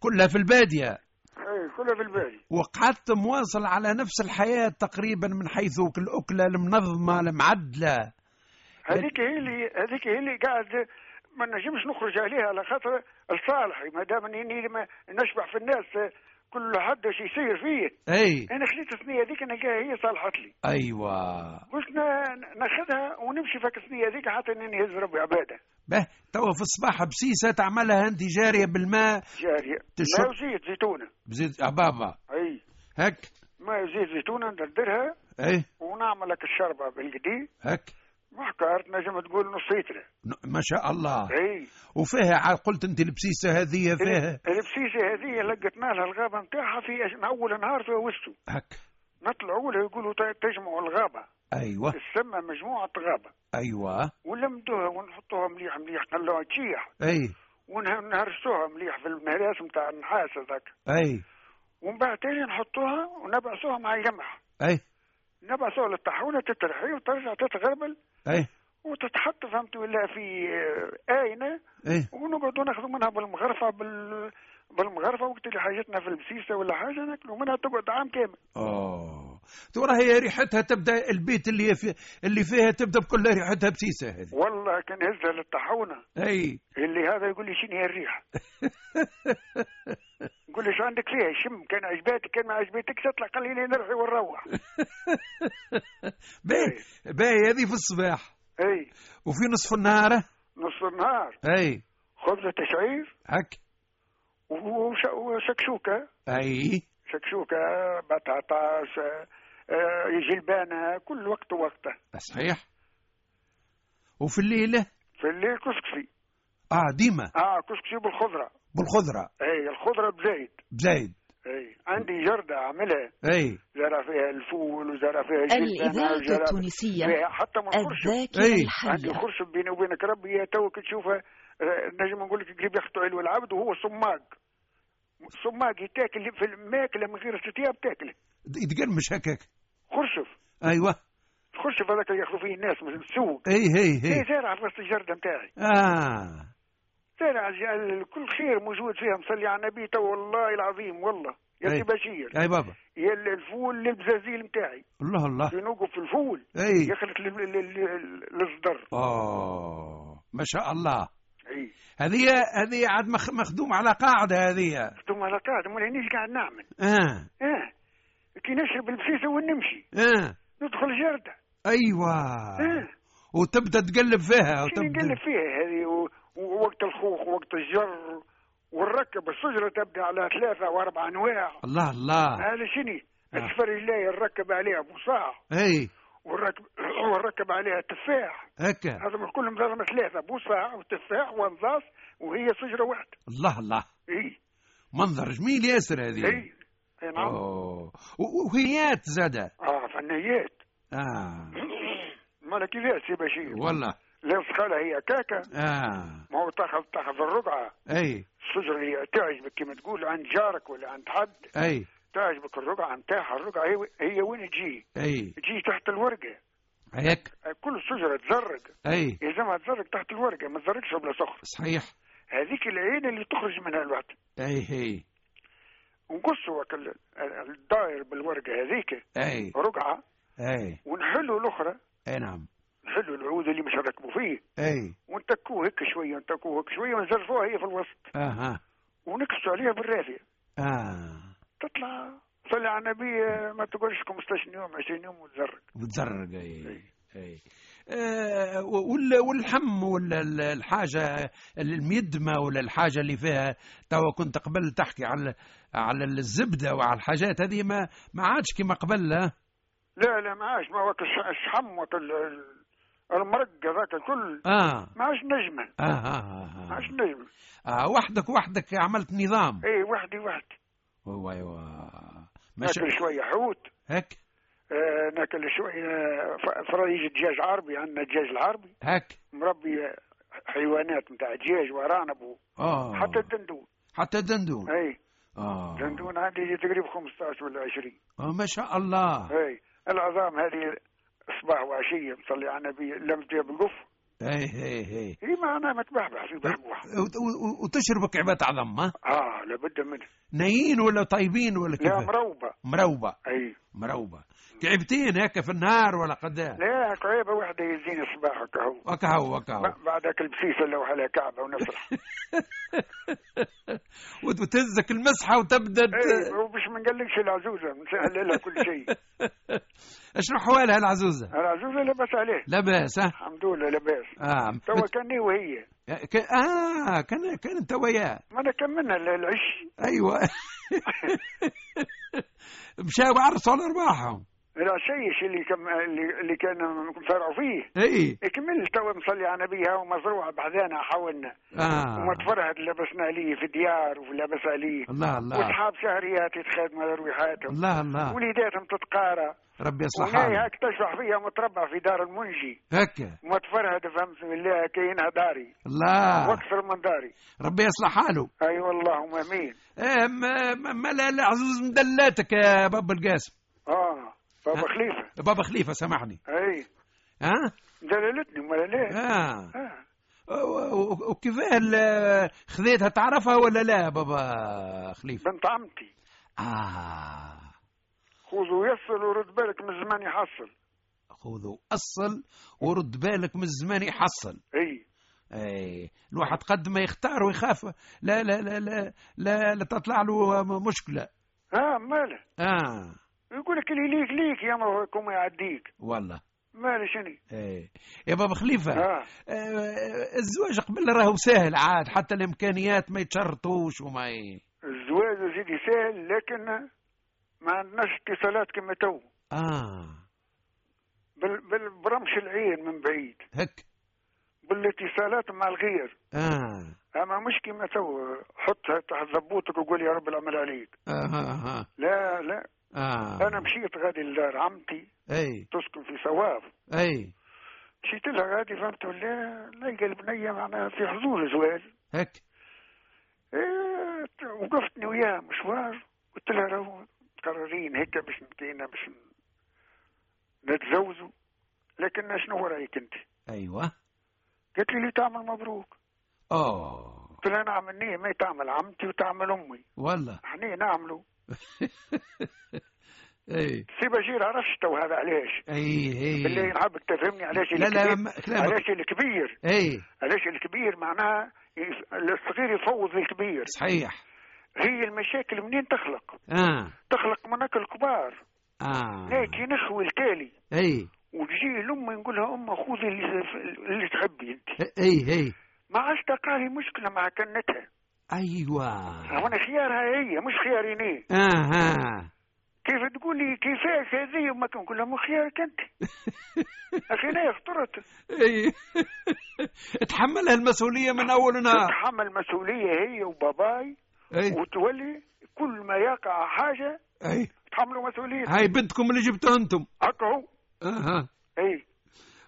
كلها في البادية
إيه، كله في البال
وقعدت مواصل على نفس الحياة تقريبا من حيث الأكلة المنظمة المعدلة
هذيك هي اللي هذيك هي اللي قاعد ما نجمش نخرج عليها على خاطر لصالحي ما دام اني ما نشبع في الناس آه، كل حد شي يصير فيه
أي
انا خليت الصينيه هذيك انا قاعد هي صالحت لي
أيوة
باش ن- ناخذها ونمشي فك الصينيه هذيك حتى اني نهز ربي عباده
به توا في الصباح بسيسة تعملها أنت جارية بالماء
جاريه
تشرب-
ما زيت زيتونه
بزيت عبابة
اي
هك
ما زيت زيتونه ندردرها
أي
ونعمل لك الشربه بالقدي
هك
محكار نجم تقول نص لتر
ن- ما شاء الله
اي
وفيها ع- قلت أنت البسيسة هذه فيها
البسيسه هذه لقيتنا لها الغابه نتاعها في أش- من اول نهار في وسطو
هك
نطلعوا له يقولوا ت- تجمعوا الغابه
أيوة
تسمى مجموعه غابه
أيوة
ولمدوها ونحطوها مليح مليح خلوها تشيح
أي
ونهرسوها مليح في المهراس نتاع النحاس هذاك
أي
ومن بعد تاني نحطوها ونبعثوها مع القمح
أي
نبعثوها للطاحونه تترحي وترجع تتغربل
أي
وتتحط فهمت ولا في آه، آينه
أي
ونقعدوا ناخذوا منها بالمغرفه بال بالمغرفه وقت اللي حاجتنا في البسيسه ولا حاجه ناكلوا منها تقعد عام كامل
أوه آه. ترى هي ريحتها تبدأ البيت اللي في اللي فيها تبدأ بكل ريحتها بسيسة هذه
والله كان هزها للطاحونه
أي [laughs]
اللي هذا يقول لي شنو هي الريحه نقول له شو عندك فيها شم كان عجباتك كان ما عجبتك تطلع خليني نرحي ونروح
باهي باهي هذه في الصباح
اي
وفي نصف النهار
نص النهار
أي
خبزه تشعير
هك
وش- وشكشوكه
أي
شكشوكه بطاطا ش- آه، جلبانة كل وقت وقته
صحيح وفي الليل
في الليل كسكسي
اه ديما
اه كسكسي بالخضرة
بالخضرة
اي الخضرة بزايد
بزايد
اي عندي جردة اعملها
اي
زرع فيها الفول وزرع فيها الجلبانة
الإذاعة
وزرع
التونسية
فيها حتى من الخرشب
الذاكرة
إيه.
عندي
الحية
خرشب بيني وبينك ربي هي توك تشوفها آه، نجم نقول لك قريب يخطو علو العبد وهو صماق صماق يتاكل في الماكلة من غير استتياب تاكله
يتقرمش هكاك
خرشف
ايوه
خرشف هذاك اللي ياخذوا فيه الناس من السوق
اي هي
هي
هي
زارع في وسط الجردة نتاعي
اه
زارع ج- كل خير موجود فيها مصلي على النبي تو والله العظيم والله يا
أي.
سي بشير
اي بابا
يا ال- الفول للبزازيل نتاعي
الله الله
ينوقف في الفول
اي
يخلط لل- لل- لل- للصدر
اه ما شاء الله
اي
هذه هذه عاد مخ- مخدوم على قاعده هذه
ثم على قاعد ما هنيش قاعد نعمل
اه
اه كي نشرب البسيسه ونمشي
اه
ندخل الجرده
ايوه
اه
وتبدا تقلب فيها
شنو نقلب
وتبدا
فيها هذه و- ووقت الخوخ ووقت الجر والركب الشجره تبدا على ثلاثه واربع انواع
الله الله
هذا شنو؟
آه.
السفر الله الركب عليها بوصاع
اي
والركب [clears throat] والركب عليها تفاح
هكا
هذا كلهم ضرب ثلاثه بوصاع وتفاح ونظاف وهي شجره واحده
الله الله إيه.
اي
منظر جميل ياسر هذه
اي اي نعم
أوه. و- وهيات زادة
اه فنيات [clears throat]
اه
مالك كذا سي بشير
والله
لا صخالة هي كاكا
اه
ما هو تاخذ تاخذ الرقعه
اي
الشجره اللي تعجبك كما تقول عند جارك ولا عند حد
اي
تعجبك الرقعه نتاعها الرقعه هي, هي وين تجي؟
اي
تجي تحت الورقه
هيك
كل الشجره تزرق
اي
يلزمها تزرق تحت الورقه ما تزرقش بلا صخر
صحيح
هذيك العين اللي تخرج منها الوقت
اي هي
ونقصوا هاك ال- ال- الداير بالورقه هذيك
اي
رقعه
اي
ونحلوا الاخرى
اي نعم
نحلوا العود اللي مش ركبوا فيه
اي
ونتكوه هيك شويه ونتكوه هيك شويه ونزرفوها هي في الوسط
اها
ونكسوا عليها بالرافيه
اه
تطلع صلي على النبي ما تقولش 15 يوم 20 يوم وتزرق
بتزرق اي اي آه وال- والحم ولا ال- الحاجه الميدمه ولا الحاجه اللي فيها توا كنت قبل تحكي على على الزبده وعلى الحاجات هذه ما ما عادش كما قبل لا
لا لا ما عادش ما وقت الش- الشحم وقت ال- ال- المرق هذاك الكل
اه
ما عادش نجمه
آه, آه,
ما عادش
آه,
نجمه
آه وحدك وحدك عملت نظام أيوة،
اي وحدي وحدي
ايوا ايوا مش
ناكل شويه حوت
هك
آه، ناكل شويه ف- فرايج دجاج عربي عندنا الدجاج العربي
هك
مربي حيوانات نتاع دجاج وارانب و-
اه
حتى آه. الدندون
حتى الدندون
اي
اه
الدندون عندي تقريبا 15 ولا 20
آه، ما شاء الله
اي العظام هذه صباح وعشيه نصلي على النبي لم تجيب القف
اي اي اي
اي معناها متبحبح في بحبوح
وت- و- وتشربك عبات عظم ها
اه لابد منه
نايين ولا طيبين ولا [laughs]
لا
كيف
مروبه
مروبة
اي
مروبة كعبتين هكا في النهار ولا إيه؟ قداه
لا قريبه واحده يزيني الصباح هكا هو
وكهو وكهو
ب- بعدك البسيسه لو على كعبه ونفرح
وت- [laughs] وتهزك المسحة وتبدا
اي
ت-
وباش ما نقلقش العزوزه نسهل إيه، لها كل
[laughs]
شيء
شنو حوالها العزوزة
العزوزه لاباس عليه
لاباس ها
الحمد لله لاباس
اه [laughs]
توا كاني وهي
مت- ك- اه كان كان انت وياه
ما انا كملنا ال- العش
ايوه [laughs] مشاو عرسوا على ارواحهم
العشيش اللي كم اللي, اللي كان فرعوا فيه
اي
كمل توا مصلي على نبيها ومزروعه بعدنا حاولنا
اه
وما تفرهد لبسنا عليه في ديار ولبس عليه
الله الله
واصحاب شهريات يتخدموا على رويحاتهم
الله الله
وليداتهم تتقارى
ربي يصلح
وناي
حالك
هاك تشبح فيها متربع في دار المنجي
هكا
وما تفرهد فهمت بالله كاينها داري
الله
واكثر من داري
ربي يصلح حاله
اي أيوة اللهم امين
إيه، ما ما- ما لا لا عزوز مدلاتك يا بابا القاسم
اه
ها؟
بابا خليفه
بابا خليفه سامحني
اي
ها
دلالتني ولا لا
اه
آه.
و- و- وكيفاه ال- خذيتها تعرفها ولا لا بابا خليفه
بنت عمتي
اه
خذ ويسر ورد بالك من زمان يحصل
خذوا اصل ورد بالك من الزمان يحصل
اي
اي الواحد قد ما يختار ويخاف لا لا لا لا لا, لا تطلع له م- مشكله
اه ماله
اه
يقول لك اللي ليك ليك يا ما هو يعديك
والله
ماله شني
اي يا بابا خليفه
اه
آه، الزواج قبل راهو سهل عاد حتى الامكانيات ما يتشرطوش وما ي...
الزواج يا سيدي سهل لكن ما عندناش اتصالات كما تو
آه
بال- بال- برمش العين من بعيد
هك
بالاتصالات مع الغير
آه
اما مش كيما تو حطها تحت زبوتك وقول يا رب العمل عليك
آه آه, آه.
لا لا
آه.
انا مشيت غادي لدار عمتي
أي
تسكن في صواب
أي
مشيت لها غادي فهمت ولا لقى البنيه معناها يعني في حضور زواج
هك
إيه، وقفتني وياها مشوار قلت لها راهو مقررين هيك باش نتينا باش نتزوجوا لكن شنو رايك انت؟
أيوة
قالت لي لي تعمل مبروك
أوه
قلت لها نعمل نيه ما تعمل عمتي وتعمل امي
والله [laughs]
احنا نعملوا
أي
سي بشير عرفش تو هذا علاش
أي
بالله
أي
نحبك تفهمني علاش
إيه. لا لا
الكبير
ما- كلامك
علاش الكبير
أي
علاش الكبير معناها يف- الصغير يفوض الكبير
صحيح
هي المشاكل منين تخلق
آه
تخلق من هكا الكبار
آه
لكن نخوي التالي
أي
وتجي لامي نقول لها امه خذي اللي, اللي تحبي انت
أي أي
ما عادش تلقى لي مشكله مع كنتها
أيوة
هنا خيارها هي مش خياريني
آه [laughs] آه
كيف تقول لي كيفاش هذه وما كنقول لها مو خيارك انت اخي انا خطرت
أي تحملها المسؤولية إيه. من أول نهار إيه،
تتحمل مسؤوليه هي وباباي
أي
وتولي كل ما يقع حاجه
أي
تحملوا مسؤوليه
إيه. هاي بنتكم اللي جبتوها أنتم
هكا هو
آه آه.
اي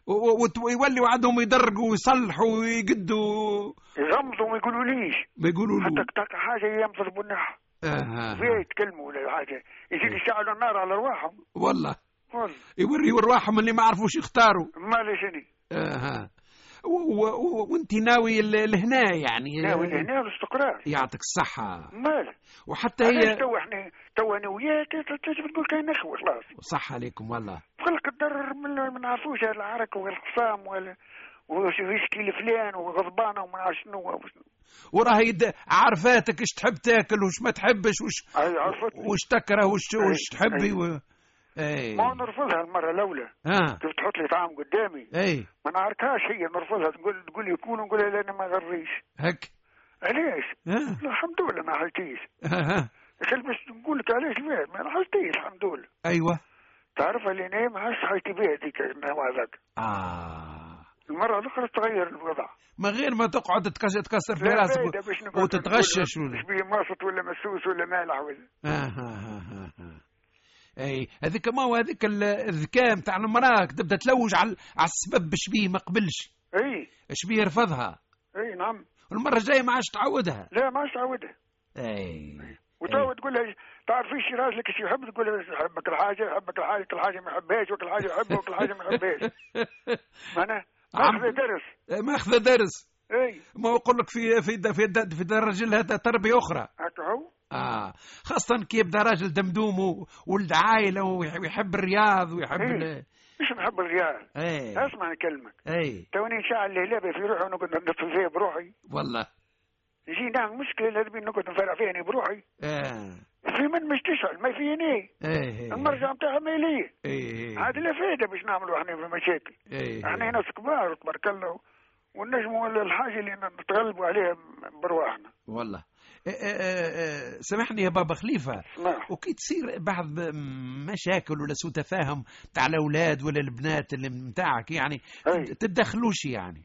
و- و- وت- ويوليوا عندهم يدرقوا ويصلحوا ويقدوا
يغمضوا وما يقولوليش
ما يقولوا له
حتى إيه؟ تقع حاجه ينضربوا النحو
آه
فيها
آه.
يتكلموا ولا حاجه يجي يشعلوا النار على ارواحهم
والله
والله
يوريوا ارواحهم اللي ما عرفوش يختاروا
ما ليش
آه و- و- و- وانت ناوي ل- لهنا يعني
ناوي هنا الاستقرار
يعطيك الصحة
مال
وحتى
علاش
هي
تو احنا تو انا وياك تجب تقول كاين نخوه خلاص
صحة عليكم والله
خلق الدر من ما نعرفوش هاد العرك والخصام وال ويشكي لفلان وغضبانه وما نعرف شنو وشنو.
وراهي د- عارفاتك اش تحب تاكل وش ما تحبش وش
هاي عرفتني
وش تكره وش
أي،
وش تحبي
أي.
و... اي
ما نرفضها المره الاولى
اه
كيف تحط لي طعام قدامي
اي
ما نعركهاش هي نرفضها تقول تقول لي كون ونقول لها لا انا ما غريش
هك
علاش؟
اه
لا، الحمد لله ما حلتيش
آه، آه.
قال باش نقول لك علاش بيه ما حلتيش الحمد لله
ايوه
تعرف اللي انا ما عادش حلتي بيه هذيك النوع هذاك
اه
المره الاخرى تغير الوضع
من غير ما تقعد تكسر, تكسر في
لا
راسك
بايدة
و...
باش نقعد
وتتغشش
نقول
ولا-
مش بيه ماسط ولا مسوس ولا مالح ولا
آه آه آه آه. اي هذيك ما هو هذيك ال- الذكاء نتاع المراه تبدا تلوج على على السبب باش بيه ما قبلش
اي
اش بيه رفضها
اي نعم
والمره الجايه ما عادش تعودها
لا ما عاودها
اي إيه. [laughs]
وتو تقول لها تعرفي شي راجلك شي يحب تقول لها يحبك الحاجه يحبك الحاجه كل حاجه ما يحبهاش وكل حاجه يحبها وكل حاجه
[laughs]
ما يحبهاش معناها
عم-
ماخذ درس
ماخذه درس
اي
ما هو يقول لك في في د- في د- في درجه لها تربيه اخرى
هكا هو
اه خاصه كي يبدا راجل دمدوم و- وولد عائله ويح- ويحب الرياض ويحب ال- إيه.
مش نحب الغيار
اي
اسمع كلمك
اي
توني نشعل الهلابه في روحي ونقعد نطفي فيها بروحي
والله
نجي نعمل مشكله لازم نقعد نفرع فيها أنا بروحي
اه
في من مش تشعل ما فيني
ايه
المرجع نتاعها ما ليه
ايه
عاد لا فايده باش نعملوا احنا في المشاكل
ايه
احنا ناس كبار تبارك الله ونجموا الحاجه اللي نتغلبوا عليها برواحنا
والله آه، آه، آه، سامحني يا بابا خليفة
اسمع
وكي تصير بعض مشاكل ولا سوء تفاهم تاع الأولاد ولا البنات اللي متاعك يعني
أي.
تتدخلوش يعني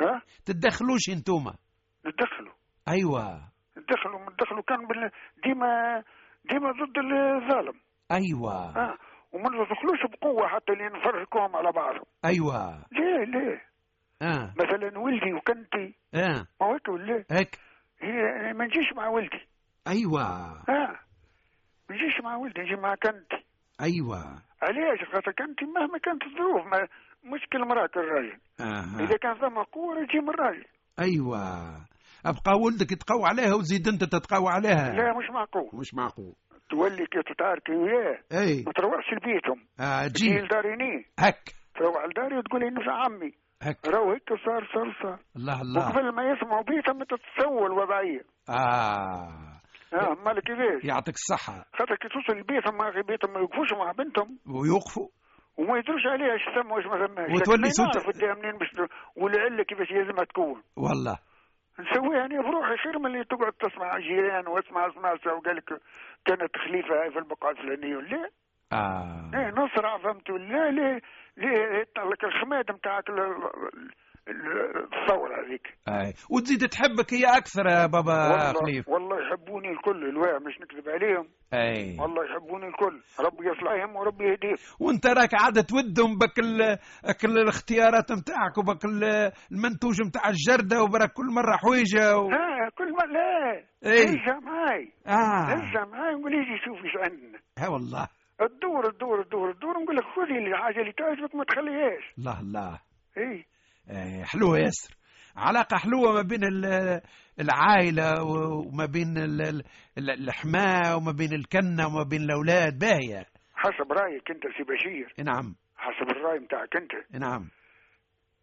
ها
تتدخلوش انتوما
ندخلوا
أيوة
ندخلوا ندخلوا كان بال- ديما ديما ضد الظالم
أيوة
ها وما ندخلوش بقوه حتى اللي نفرقوهم على بعضهم
أيوة
ليه ليه
آه
مثلا ولدي وكنتي
آه
ما هو هيك ولا
هيك
هي ما نجيش مع ولدي
أيوة
ها ما نجيش مع ولدي نجي مع كنتي
أيوة
علاش خاطر كنتي مهما كانت الظروف ما مشكل مراك الراجل اذا
آه.
كان ثم قوه يجي من الراجل
أيوة أبقى ولدك يتقوى عليها وتزيد أنت تتقوى عليها
لا مش معقول
مش معقول
تولي كي تتعارك وياه
أي
ما تروحش لبيتهم
آه
تجي
إيه. جي
لداريني
هك
تروح لداري وتقول لي نفع عمي
هك
راهو هيك صار صار صار
الله الله
وقبل ما يسمعوا بيتهم تتسوى الوضعيه
آه
اه مالك كيفاش
يعطيك الصحة
خاطر كي توصل لبيتهم ما بيتهم ما يوقفوش مع بنتهم
ويوقفوا
وما يدروش عليها اش ثم واش ما ثماش
وتولي سوت-
صوت منين باش ت- والعله كيفاش لازمها تكون
والله
نسويها انا بروحي خير من اللي تقعد تسمع جيران واسمع اسمع وقال لك كانت خليفه هاي في البقعه الفلانيه لا
آه.
ايه نصرع فهمت لا لا لا لك الخماد نتاعك الثوره هذيك
آه. وتزيد تحبك هي اكثر يا بابا
والله,
آه، خليف
والله يحبوني الكل الواعي مش نكذب عليهم
اي
والله يحبوني الكل ربي يصلحهم وربي يهديهم
وانت راك عاد تودهم بك ال... بك الاختيارات نتاعك وبك ال- المنتوج نتاع الجرده وبراك كل مره حويجه و...
ها آه، كل ما لا
إيه.
هزها معاي
اه
هزها معاي ونقول يجي شوف ايش عندنا
ها والله
الدور الدور الدور الدور نقول لك خذي الحاجه اللي تعجبك ما تخليهاش إيه.
الله الله
اي
آه، حلوة ياسر علاقة حلوة ما بين ال- العائلة و- وما بين ال- ال- ال- الحماة وما بين الكنة وما بين الأولاد باهية
حسب رايك انت سي بشير
نعم
حسب الراي نتاعك انت
نعم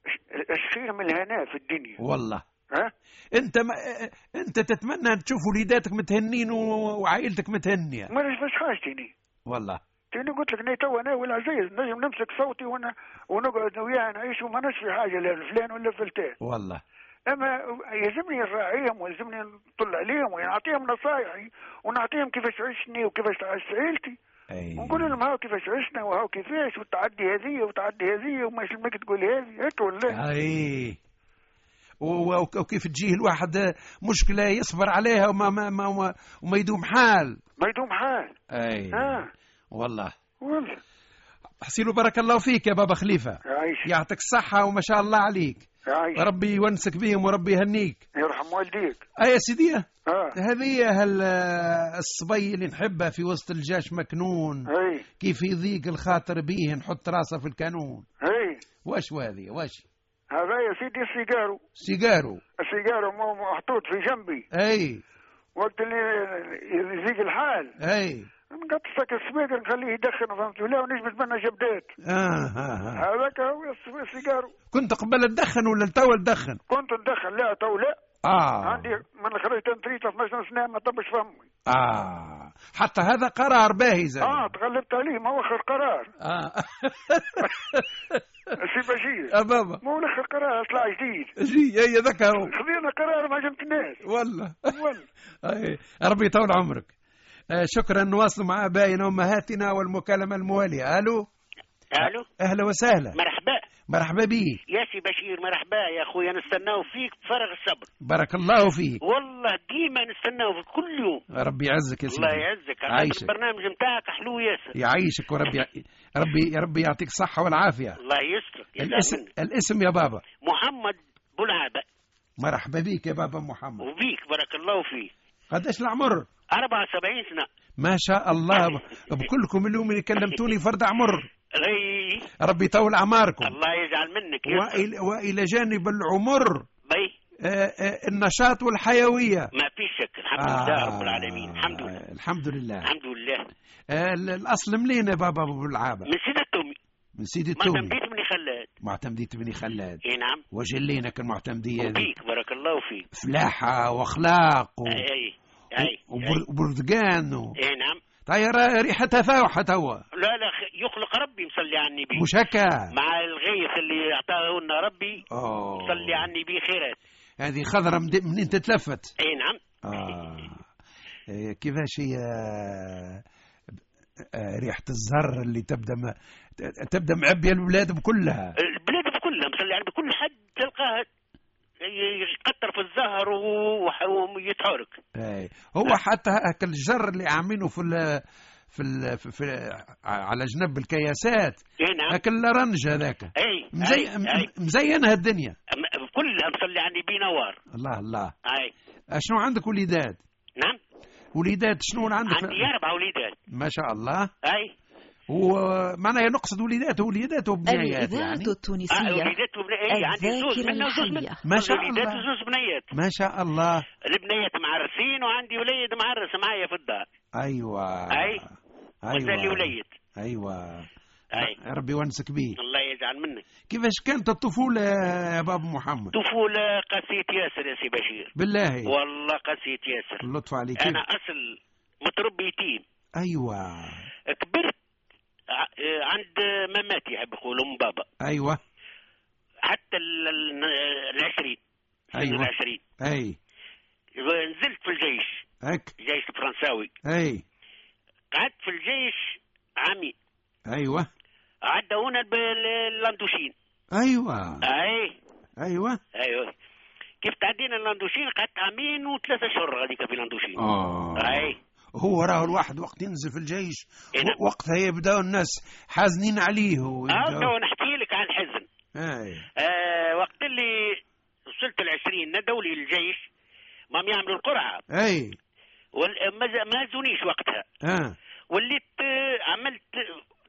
إيش- ايش خير من الهناء في الدنيا
والله
ها
انت ما آه، انت تتمنى تشوف وليداتك متهنين و- وعائلتك متهنية
ما نجمش حاجتني
والله
تيني قلت لك انا تو انا والعزيز نجم نمسك صوتي ون... ونقعد وياه نعيش وما نش في حاجه لا لفلان ولا فلتان
والله
اما يلزمني نراعيهم ويلزمني نطل عليهم ونعطيهم نصايحي ونعطيهم كيفاش عشني وكيفاش عشت عيلتي
أي.
ونقول لهم هاو كيفاش عشنا وهاو كيفاش والتعدي هذه وتعدي هذه وما يلزمك تقول هذه هيك ولا
اي و- و- وكيف تجيه الواحد آه، مشكلة يصبر عليها وما ما ما وما, وما يدوم حال
ما يدوم حال
اي
ها
والله
والله
حسين بارك الله فيك يا بابا خليفة
عايش
يعطيك الصحة وما شاء الله عليك
عايش
ربي يونسك بهم وربي يهنيك
يرحم والديك
آه يا سيدي
اه
هذه هال- الصبي اللي نحبه في وسط الجيش مكنون
اي
كيف يضيق الخاطر بيه نحط راسه في الكانون
اي
واش هذه واش
هذا يا سيدي السيجارو
سيجارو
السيجارو مو محطوط في جنبي
اي
وقت اللي يزيق الحال
اي
نقطصك السبيكر نخليه يدخن فهمت ولا ونجبد منه جبدات
آه آه آه.
هذاك هو الس- السيجارو
كنت قبل تدخن ولا توا تدخن
كنت ندخن لا تو لا
اه
عندي من خرجت نتريت 12 سنه ما طبش فمي
اه حتى هذا قرار باهي زاد
اه تغلبت عليه ما هو اخر قرار
[laughs] اه
سي بشير
آه بابا
ما هو اخر قرار طلع جديد
جي هي ذاك هو
خذينا قرار ما
[laughs]
عجبتناش
والله
والله
أي، ربي يطول عمرك آه، شكرا نواصل مع ابائنا وامهاتنا والمكالمه المواليه الو
الو
اهلا وسهلا
مرحبا
مرحبا بيك
يا سي بشير مرحبا يا اخويا نستناو فيك بفارغ الصبر
بارك الله فيك
والله ديما نستناو في كل يوم
ربي يعزك يا سيدي
الله يعزك على خاطر
عايشك
البرنامج نتاعك حلو ياسر
يعيشك وربي ربي ربي يعطيك الصحه والعافيه
الله يستر يسلم
الاسم
منك.
الاسم يا بابا
محمد بلعبة
مرحبا بيك يا بابا محمد
وبيك بارك الله فيك
قداش العمر
74 سنة
ما شاء الله بكلكم اليوم اللي كلمتوني فرد عمر
اي
ربي يطول اعماركم
الله يجعل منك ياسر
وإلى, والى جانب العمر
بي
آه، آه، النشاط والحيويه
ما في شك الحمد لله رب العالمين الحمد لله
آه، الحمد لله
الحمد لله
آه، ال- الاصل منين يا بابا ابو العابه
من سيدة تومي
من سيدي
مادام
التومي
بيت من خلاد
معتمدية بني خلاد
اي نعم
وجلينك المعتمدية هذه
وبيك بارك الله فيك
فلاحة واخلاق و...
اي اي اي
وبر- وبرتقان و...
اي نعم
طيب ريحتها فاوحة توا
لا لا خ- يخلق ربي مصلي على النبي
مش هكا
مع الغيث اللي اعطاه لنا ربي
أوه.
صلي على النبي خيرات
هذه خضرة مد- منين تتلفت
اي نعم
آه. إيه، كيفاش هي آه، ريحة الزهر اللي تبدا م... ت- تبدا معبية البلاد بكلها
البلاد كلها مصلي على النبي كل حد تلقاه ي- يقطر في الزهر و- وح- ويتحرك
إيه. هو حتى هاك الجر اللي عاملينه في ال... في, ال... في... في على جنب الكياسات
اي نعم
هاك الرنج هذاك
اي
مزي...
اي, أي.
م- مزينها الدنيا
أم- كلها مصلي على النبي نوار
الله الله
اي
شنو عندك وليدات
نعم
وليدات شنو عندك
عندي اربع وليدات
ما شاء الله
اي
ومعناها نقصد وليدات وليدات وبنيات
الإذاعة
يعني
آه،
التونسية
وليدات وبنيات عندي زوج
الذاكرة
منا وزوج
الحية.
منا
ما شاء
وليدات
الله.
وزوج بنيات
ما شاء الله
البنيات معرسين وعندي وليد معرس معايا في الدار
ايوه
أي. وذا لي وليد
ايوه
أي.
ربي يونسك بيه
الله يجعل منك
كيفاش كانت الطفوله يا بابا محمد
طفولة قسيت ياسر يا سي بشير
بالله
والله قسيت ياسر
اللطف عليك
أنا أصل متربي يتيم
ايوه
كبرت ع- آه، عند مماتي يحب يقول أم بابا
ايوه
حتى ال- ال- العشرين سن
أيوة.
العشرين
اي
نزلت في الجيش
هك
الجيش الفرنساوي
اي
قعدت في الجيش عامين
باللندوشين
أيوة
اي
أيوة
ايوه كيف تعدينا اللاندوشين قعدت عامين وثلاثة اشهر هذيك في اللاندوشين
آه.
اي
هو راه الواحد وقت ينزل في الجيش
إيه نعم.
و- وقتها يبداو الناس حازنين عليه
اه
ويبداو
تو نحكي لك عن حزن
أي.
آه وقت اللي وصلت العشرين ندوا لي الجيش مام يعملوا القرعه
أي
وال- ما ز- ما زونيش وقتها
آه.
وليت آه، عملت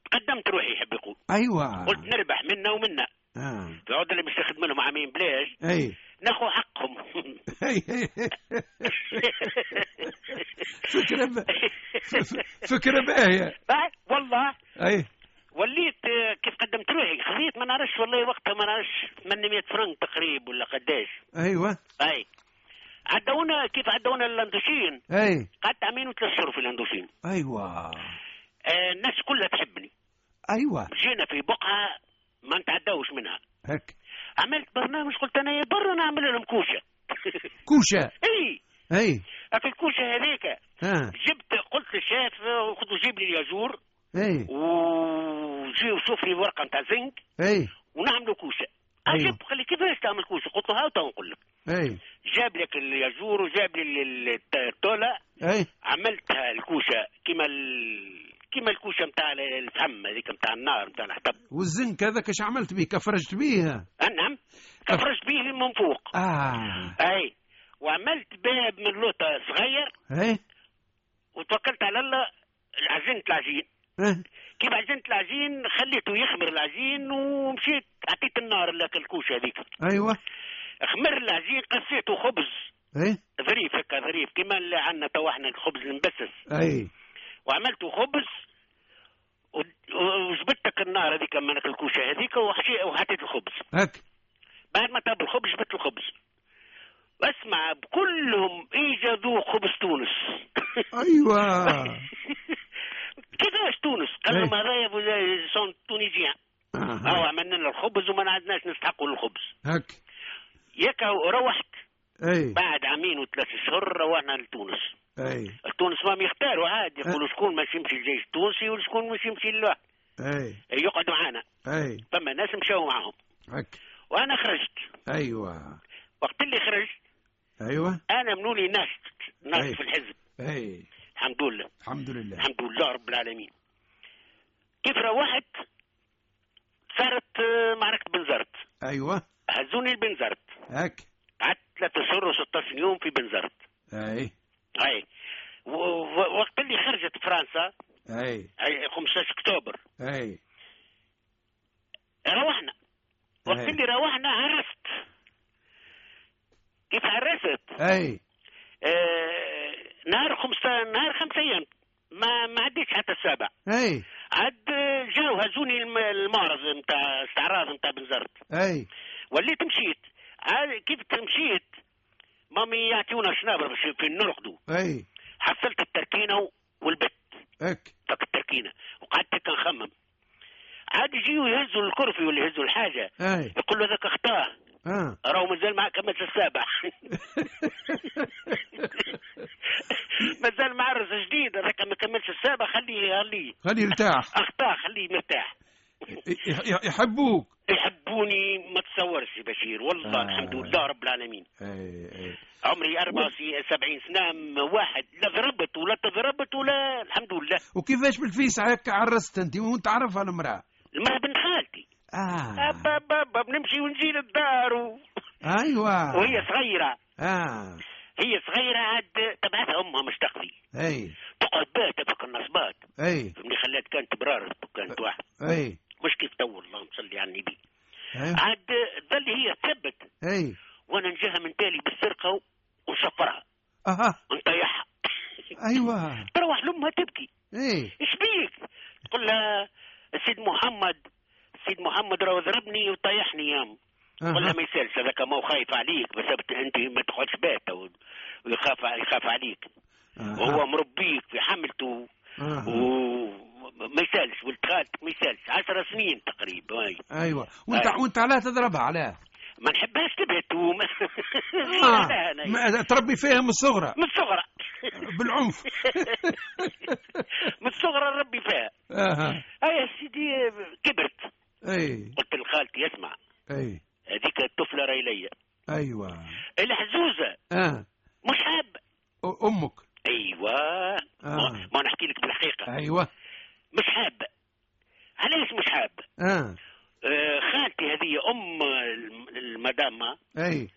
تقدمت روحي يحب يقول
أيوة
قلت نربح منا ومنا
آه.
في عود اللي باش نخدم لهم عامين بلاش
أي
ناخذ حقهم [laughs]
فكرة ب... فكرة باهية
بعد والله
أي
وليت آه، كيف قدمت روحي خذيت ما نعرفش والله وقتها ما نعرفش 800 فرنك تقريب ولا قداش
أيوة
اي عدونا كيف عدونا الاندوشين
أي
قعدت عامين وثلاث شهور في الاندوشين
أيوة
آه الناس كلها تحبني
أيوة
جينا في بقعه ما نتعداوش منها
هك
عملت برنامج قلت انا يا برا نعمل لهم [laughs] كوشه
كوشة
اي
أي
في الكوشه هذيك
آه.
جبت قلت للشاف آه، خذوا جيب لي الياجور
أي
وجي وشوف لي ورقه نتاع زنك
أي
ونعملوا كوشه
أيوة.
عجب قال لي كيفاش تعمل كوشه قلت له هاو تو نقول لك
أي
جاب لك الياجور وجاب لي ال- الت- التوله
أي
عملتها الكوشه كيما ال... كيما الكوشه نتاع الفحم هذيك نتاع النار نتاع الحطب
والزنك هذاك اش عملت بيه كفرجت بيه
نعم كفرجت به من فوق
اه
اي وعملت باب من لوطه صغير
اي
وتوكلت على الله عجنت العجين
إيه.
كيف عجنت العجين خليته يخمر العجين ومشيت عطيت النار لك الكوشه هذيك
ايوه
خمر العجين قسيته خبز
اي
ظريف هكا ظريف كيما اللي عندنا تو احنا الخبز المبسس
اي
وعملته خبز و- و- وجبتك النار هذيك من الكوشه هذيك وحشي- وحطيت الخبز
هك
بعد ما طاب الخبز جبت الخبز واسمع بكلهم اجا ذو خبز تونس
ايوه
[laughs] كيفاش تونس قال لهم
إيه.
هذايا بو- سون تونيزيان
آه.
او عملنا لنا الخبز وما عدناش نستحقوا الخبز
هك
ياك روحت
اي
بعد عامين وثلاث اشهر روحنا لتونس
اي
تونس ما يختاروا عادي يقولوا شكون مش يمشي الجيش التونسي وشكون مش يمشي لوحده
اي
إيه، يقعد معانا
اي
فما ناس مشاو معاهم
هك
وانا خرجت
ايوه
وقت اللي خرجت
ايوه
انا منولي ناشط
إيه.
ناشط في الحزب
اي
الحمد لله
الحمد لله
الحمد لله رب العالمين كيف روحت صارت آه، معركة بنزرت
ايوه
هزوني لبنزرت
هك
قعدت ثلاثة اشهر و16 يوم في بنزرت
اي
اي و- و- وقت اللي خرجت فرنسا
اي
أي 15 اكتوبر
اي
روحنا وقت
إيه.
اللي روحنا عرست كيف عرست
اي
آه، نهار خمسة نهار خمسة أيام ما ما عديتش حتى السابع
اي
عاد آه، جاو هزوني الم- المعرض نتاع استعراض نتاع بنزرت
اي
وليت مشيت عاد كيف مشيت مامي يعطيونا شنابر باش في نرقدوا
اي
حصلت التركينة والبت
هك
فك التركينة وقعدت هكا نخمم عاد يجيو يهزوا الكرفي ولا يهزوا الحاجة
اي
يقول له ذاك اختاه
اه
راهو مازال معاه كمس السابع [laughs] مازال معاه رز جديد هذاك ما كملش السابع خليه خليه
[laughs] خليه يرتاح
اخطاء خليه مرتاح
ي- ي- يحبوك
يحبوني ما تصورش يا بشير والله
آه.
آه. الحمد لله رب العالمين
اي اي
عمري 74 سنه م- واحد لا ضربت ولا تضربت ولا الحمد لله
وكيفاش بالفيس هكا عرست انت وانت تعرفها المراه
ما بنت خالتي
اه
أبا أبا أبا بنمشي ونجي للدار و...
ايوه
وهي صغيره
اه
هي صغيره عاد تبعثها امها مش تقضي
اي
تقعد بها تفك النصبات
اي
فهمني خلات كانت برارة كانت واحد
اي
مش كيف تو اللهم صلي على النبي
اي
عاد ظل هي تثبت
اي
وانا نجيها من تالي بالسرقه ونصفرها
اها
[laughs] ونطيحها
ايوه
تروح لامها تبكي
اي
ايش بيك؟ تقول لها السيد محمد السيد محمد راه ضربني وطيحني يام ولا
أها.
ما يسالش هذاك ما هو خايف عليك بس بت- انت ما تقعدش بات ويخاف يخاف عليك
أها.
وهو مربيك في حملته
أها.
وما يسالش ولد خالتك ما يسالش 10 سنين تقريبا هاي.
ايوه وانت
أي.
وانت علاه تضربها علاه
ما نحبهاش تبهت وما [laughs]
آه.
لا، أنا
ما- تربي فيها من
[laughs]
الصغرى
من الصغرى
بالعنف
[laughs] من الصغرى نربي فيها
اها
هيا سيدي كبرت
اي
قلت لخالتي اسمع
اي
هذيك الطفله ريليه
ايوه
الحزوزه
اه
مش حاب
أ- امك
ايوه
آه.
ما- ما نحكي لك بالحقيقه
ايوه
مش حاب علاش مش حاب
اه
آه خالتي هذه ام الم- المدام
اي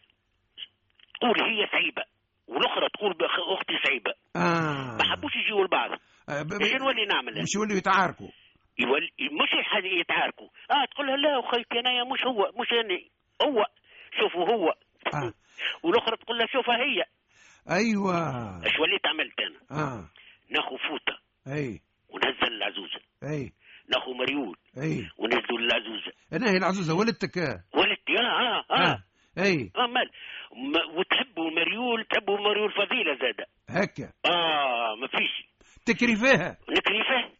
تقول هي سعيبه والاخرى تقول بأخ- اختي سعيبه
اه
ما حبوش يجيوا لبعض
آه، ب- ب-
ايش نولي نعمل
مش يولوا يتعاركوا
يولي مش الحد يتعاركوا اه تقول لها لا وخيتي انايا مش هو مش انا هو شوفوا هو
آه.
والاخرى تقول لها شوفها هي
ايوه
اش وليت عملت انا
اه
ناخذ فوطه
اي
ونهزل العزوزه
اي
ناخذ مريول
اي
ونهزل العزوزه
انا هي العزوزه ولدتك آه.
ولدت يا اه اه,
اه اي
آه مال م- وتحبوا مريول تحبوا مريول فضيله زاده
هكا
اه ما فيش
تكري فيها
نكري فيه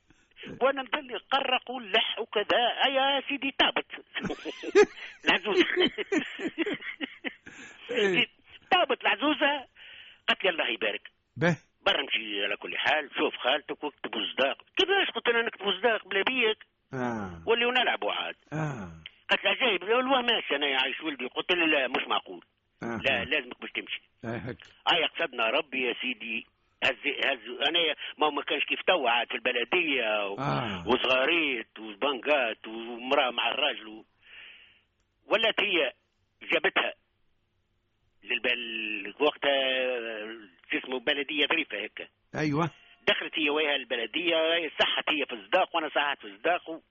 وانا مدلي قرق ولح وكذا آه يا سيدي تابت العزوز
إيه.
تابت العزوزه قالت لي الله يبارك
به
برا نمشي على كل حال شوف خالتك واكتب صداق كيفاش قلت انا نكتب صداق بلا بيك
اه
وليو نلعبوا عاد
اه
قالت لها جايب والله ماشي انا يا عايش ولدي قلت لها لا مش معقول
آه. [laughs]
لا لازمك باش تمشي
آه، هكا
هاي قصدنا ربي يا سيدي هز هز انا ما هو ما كانش كيف توا عاد في البلديه و...
آه.
وصغاريت وبنقات ومراه مع الراجل و... ولات هي جابتها للبل وقتها شو اسمه بلديه ظريفه هيك
ايوه
دخلت هي وياها البلديه هي صحت هي في الصداق وانا صحت في الصداق و...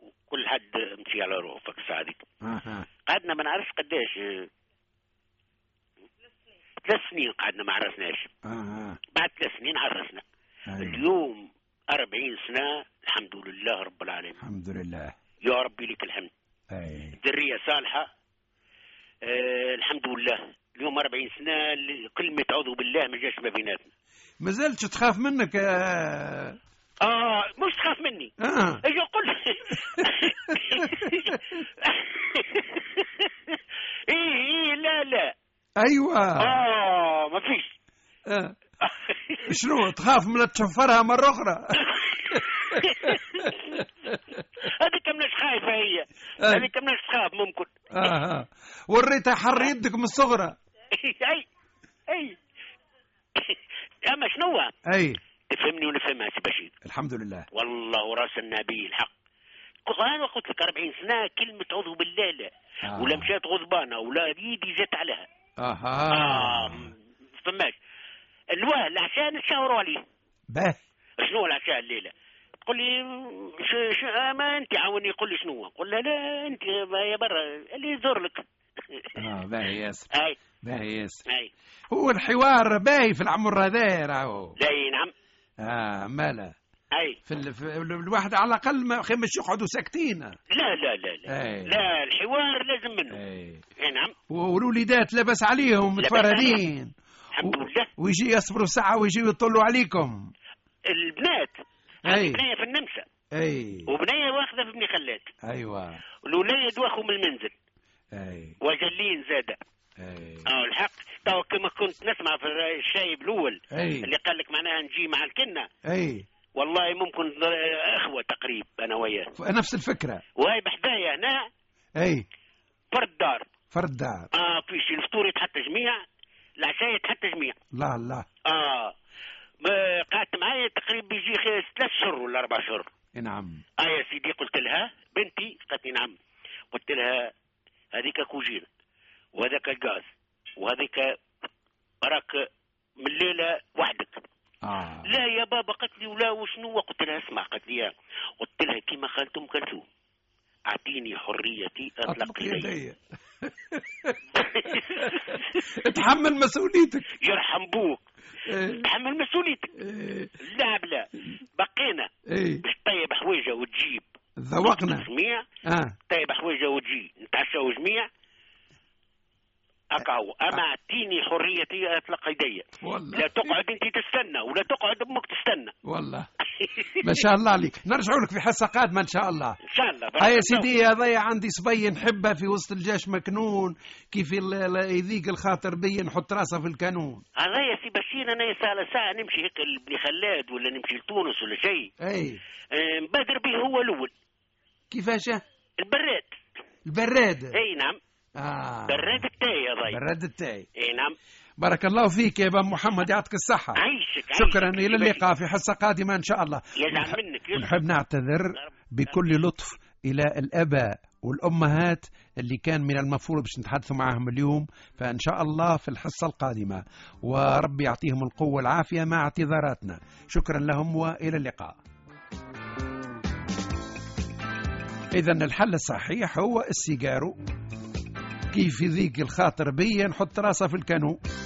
وكل حد مشي على روحه فك الساعه هذيك
اها
قعدنا ما نعرفش قداش آه، ثلاث سنين قعدنا ما عرفناش
اها
بعد ثلاث سنين عرسنا
أيوة.
اليوم أربعين سنة الحمد لله رب العالمين
الحمد لله
يا ربي لك الحمد
اي
ذرية صالحة آه الحمد لله اليوم أربعين سنة ل- كلمة أعوذ بالله ما جاش ما بيناتنا
ما زلتش تخاف منك آه.
آه مش تخاف مني
اه
ايش قل [laughs] ايه ايه لا لا
ايوه
اه ما فيش
آه. شنو تخاف من تشفرها مره اخرى [laughs]
[laughs] هذيك مناش خايفة هي
أي. آه.
هذيك مناش تخاف ممكن [laughs]
اها وريتها حر يدك من الصغرى
اي [laughs] اي اما شنو
اي
تفهمني ونفهمها سي بشير
الحمد لله
والله راس النبي الحق انا قلت لك 40 سنه كلمه اعوذ بالله لا
آه.
ولا مشات غضبانه ولا يدي جت عليها
اها
اه فماش الواه العشاء نتشاوروا عليه
به
شنو العشاء الليله تقول لي ش... ش... آه، ما انت عاوني قول لي شنو قول لها لا انت ما يا برا اللي يزور لك [laughs]
اه باهي ياسر
اي
باهي ياسر
اي
هو الحوار باهي في العمر هذايا راهو
لا أي نعم
اه مالا
اي
في, ال... في ال- الواحد على الاقل ما خي- مش يقعدوا ساكتين
لا لا لا لا
أي.
لا الحوار لازم منه
اي
اي نعم
و- والوليدات لاباس عليهم
لاباس
متفردين
الحمد
و-
لله
ويجي يصبروا ساعه ويجيو يطلوا عليكم
البنات
اي
بنية في النمسا
اي
وبنية واخذة في ابن خلات
ايوه
الولاد واخو من المنزل
اي
وجلين زادة
اي
اه الحق تو كما كنت نسمع في الر- الشايب الاول
اي
اللي قال لك معناها نجي مع الكنة
اي
والله ممكن ضر- اخوة تقريب انا وياه
ف- نفس الفكره
وهاي بحدايا هنا
اي
فرد دار
فرد دار
اه فيش الفطور يتحط جميع العشاء يتحط جميع
الله الله
اه ما- قعدت معايا تقريبا يجي خي- ثلاث شهور ولا اربع شهور
نعم
اه يا سيدي قلت لها بنتي قالت لي نعم قلت لها هذيك كوجينه وهذاك الغاز وهذيك راك من الليله وحدك
اه
لا يا بابا قالت لي ولا وشنو قلت لها اسمع قالت لي يا. قلت لها كيما قالت ام كلثوم اعطيني حريتي اطلق
اطلق
يدي
يدي [laughs] اتحمل مسؤوليتك
يرحم بوك
إيه،
تحمل مسؤوليتك
إيه،
لا بلا بقينا
ايه
باش طيب حوايجها وتجيب
ذوقنا
جميع
اه
طيب حوايجها وتجي نتعشاو جميع اقعوا اما اعطيني حريتي اطلق يدي لا
والله
تقعد انت تستنى ولا تقعد امك تستنى [laughs]
والله ما شاء الله عليك نرجع لك في حصه قادمه ان شاء الله
ان شاء الله
هاي يا سيدي هذايا عندي صبي نحبه في وسط الجيش مكنون كيف ال- ال- يذيق الخاطر بي نحط راسه في الكانون
هذا يا سي بشير انا ساعه ساعه نمشي هيك لبني خلاد ولا نمشي لتونس ولا شيء
اي
آه، مبادر به هو الاول
كيفاش
البراد
البراد
اي نعم
إيه. آه.
براد التاي يا ضي
براد التاي
اي نعم
بارك الله فيك يا بن محمد يعطيك الصحة
عيشك عيشك
شكرا إلى اللقاء في حصة قادمة إن شاء الله
يزعل منك يزعل
نحب نعتذر بكل لطف إلى الآباء والأمهات اللي كان من المفروض باش نتحدثوا معاهم اليوم فإن شاء الله في الحصة القادمة وربي يعطيهم القوة والعافية مع اعتذاراتنا شكرا لهم وإلى اللقاء إذا الحل الصحيح هو السيجارو كيف يذيق الخاطر بيا نحط راسه في الكانون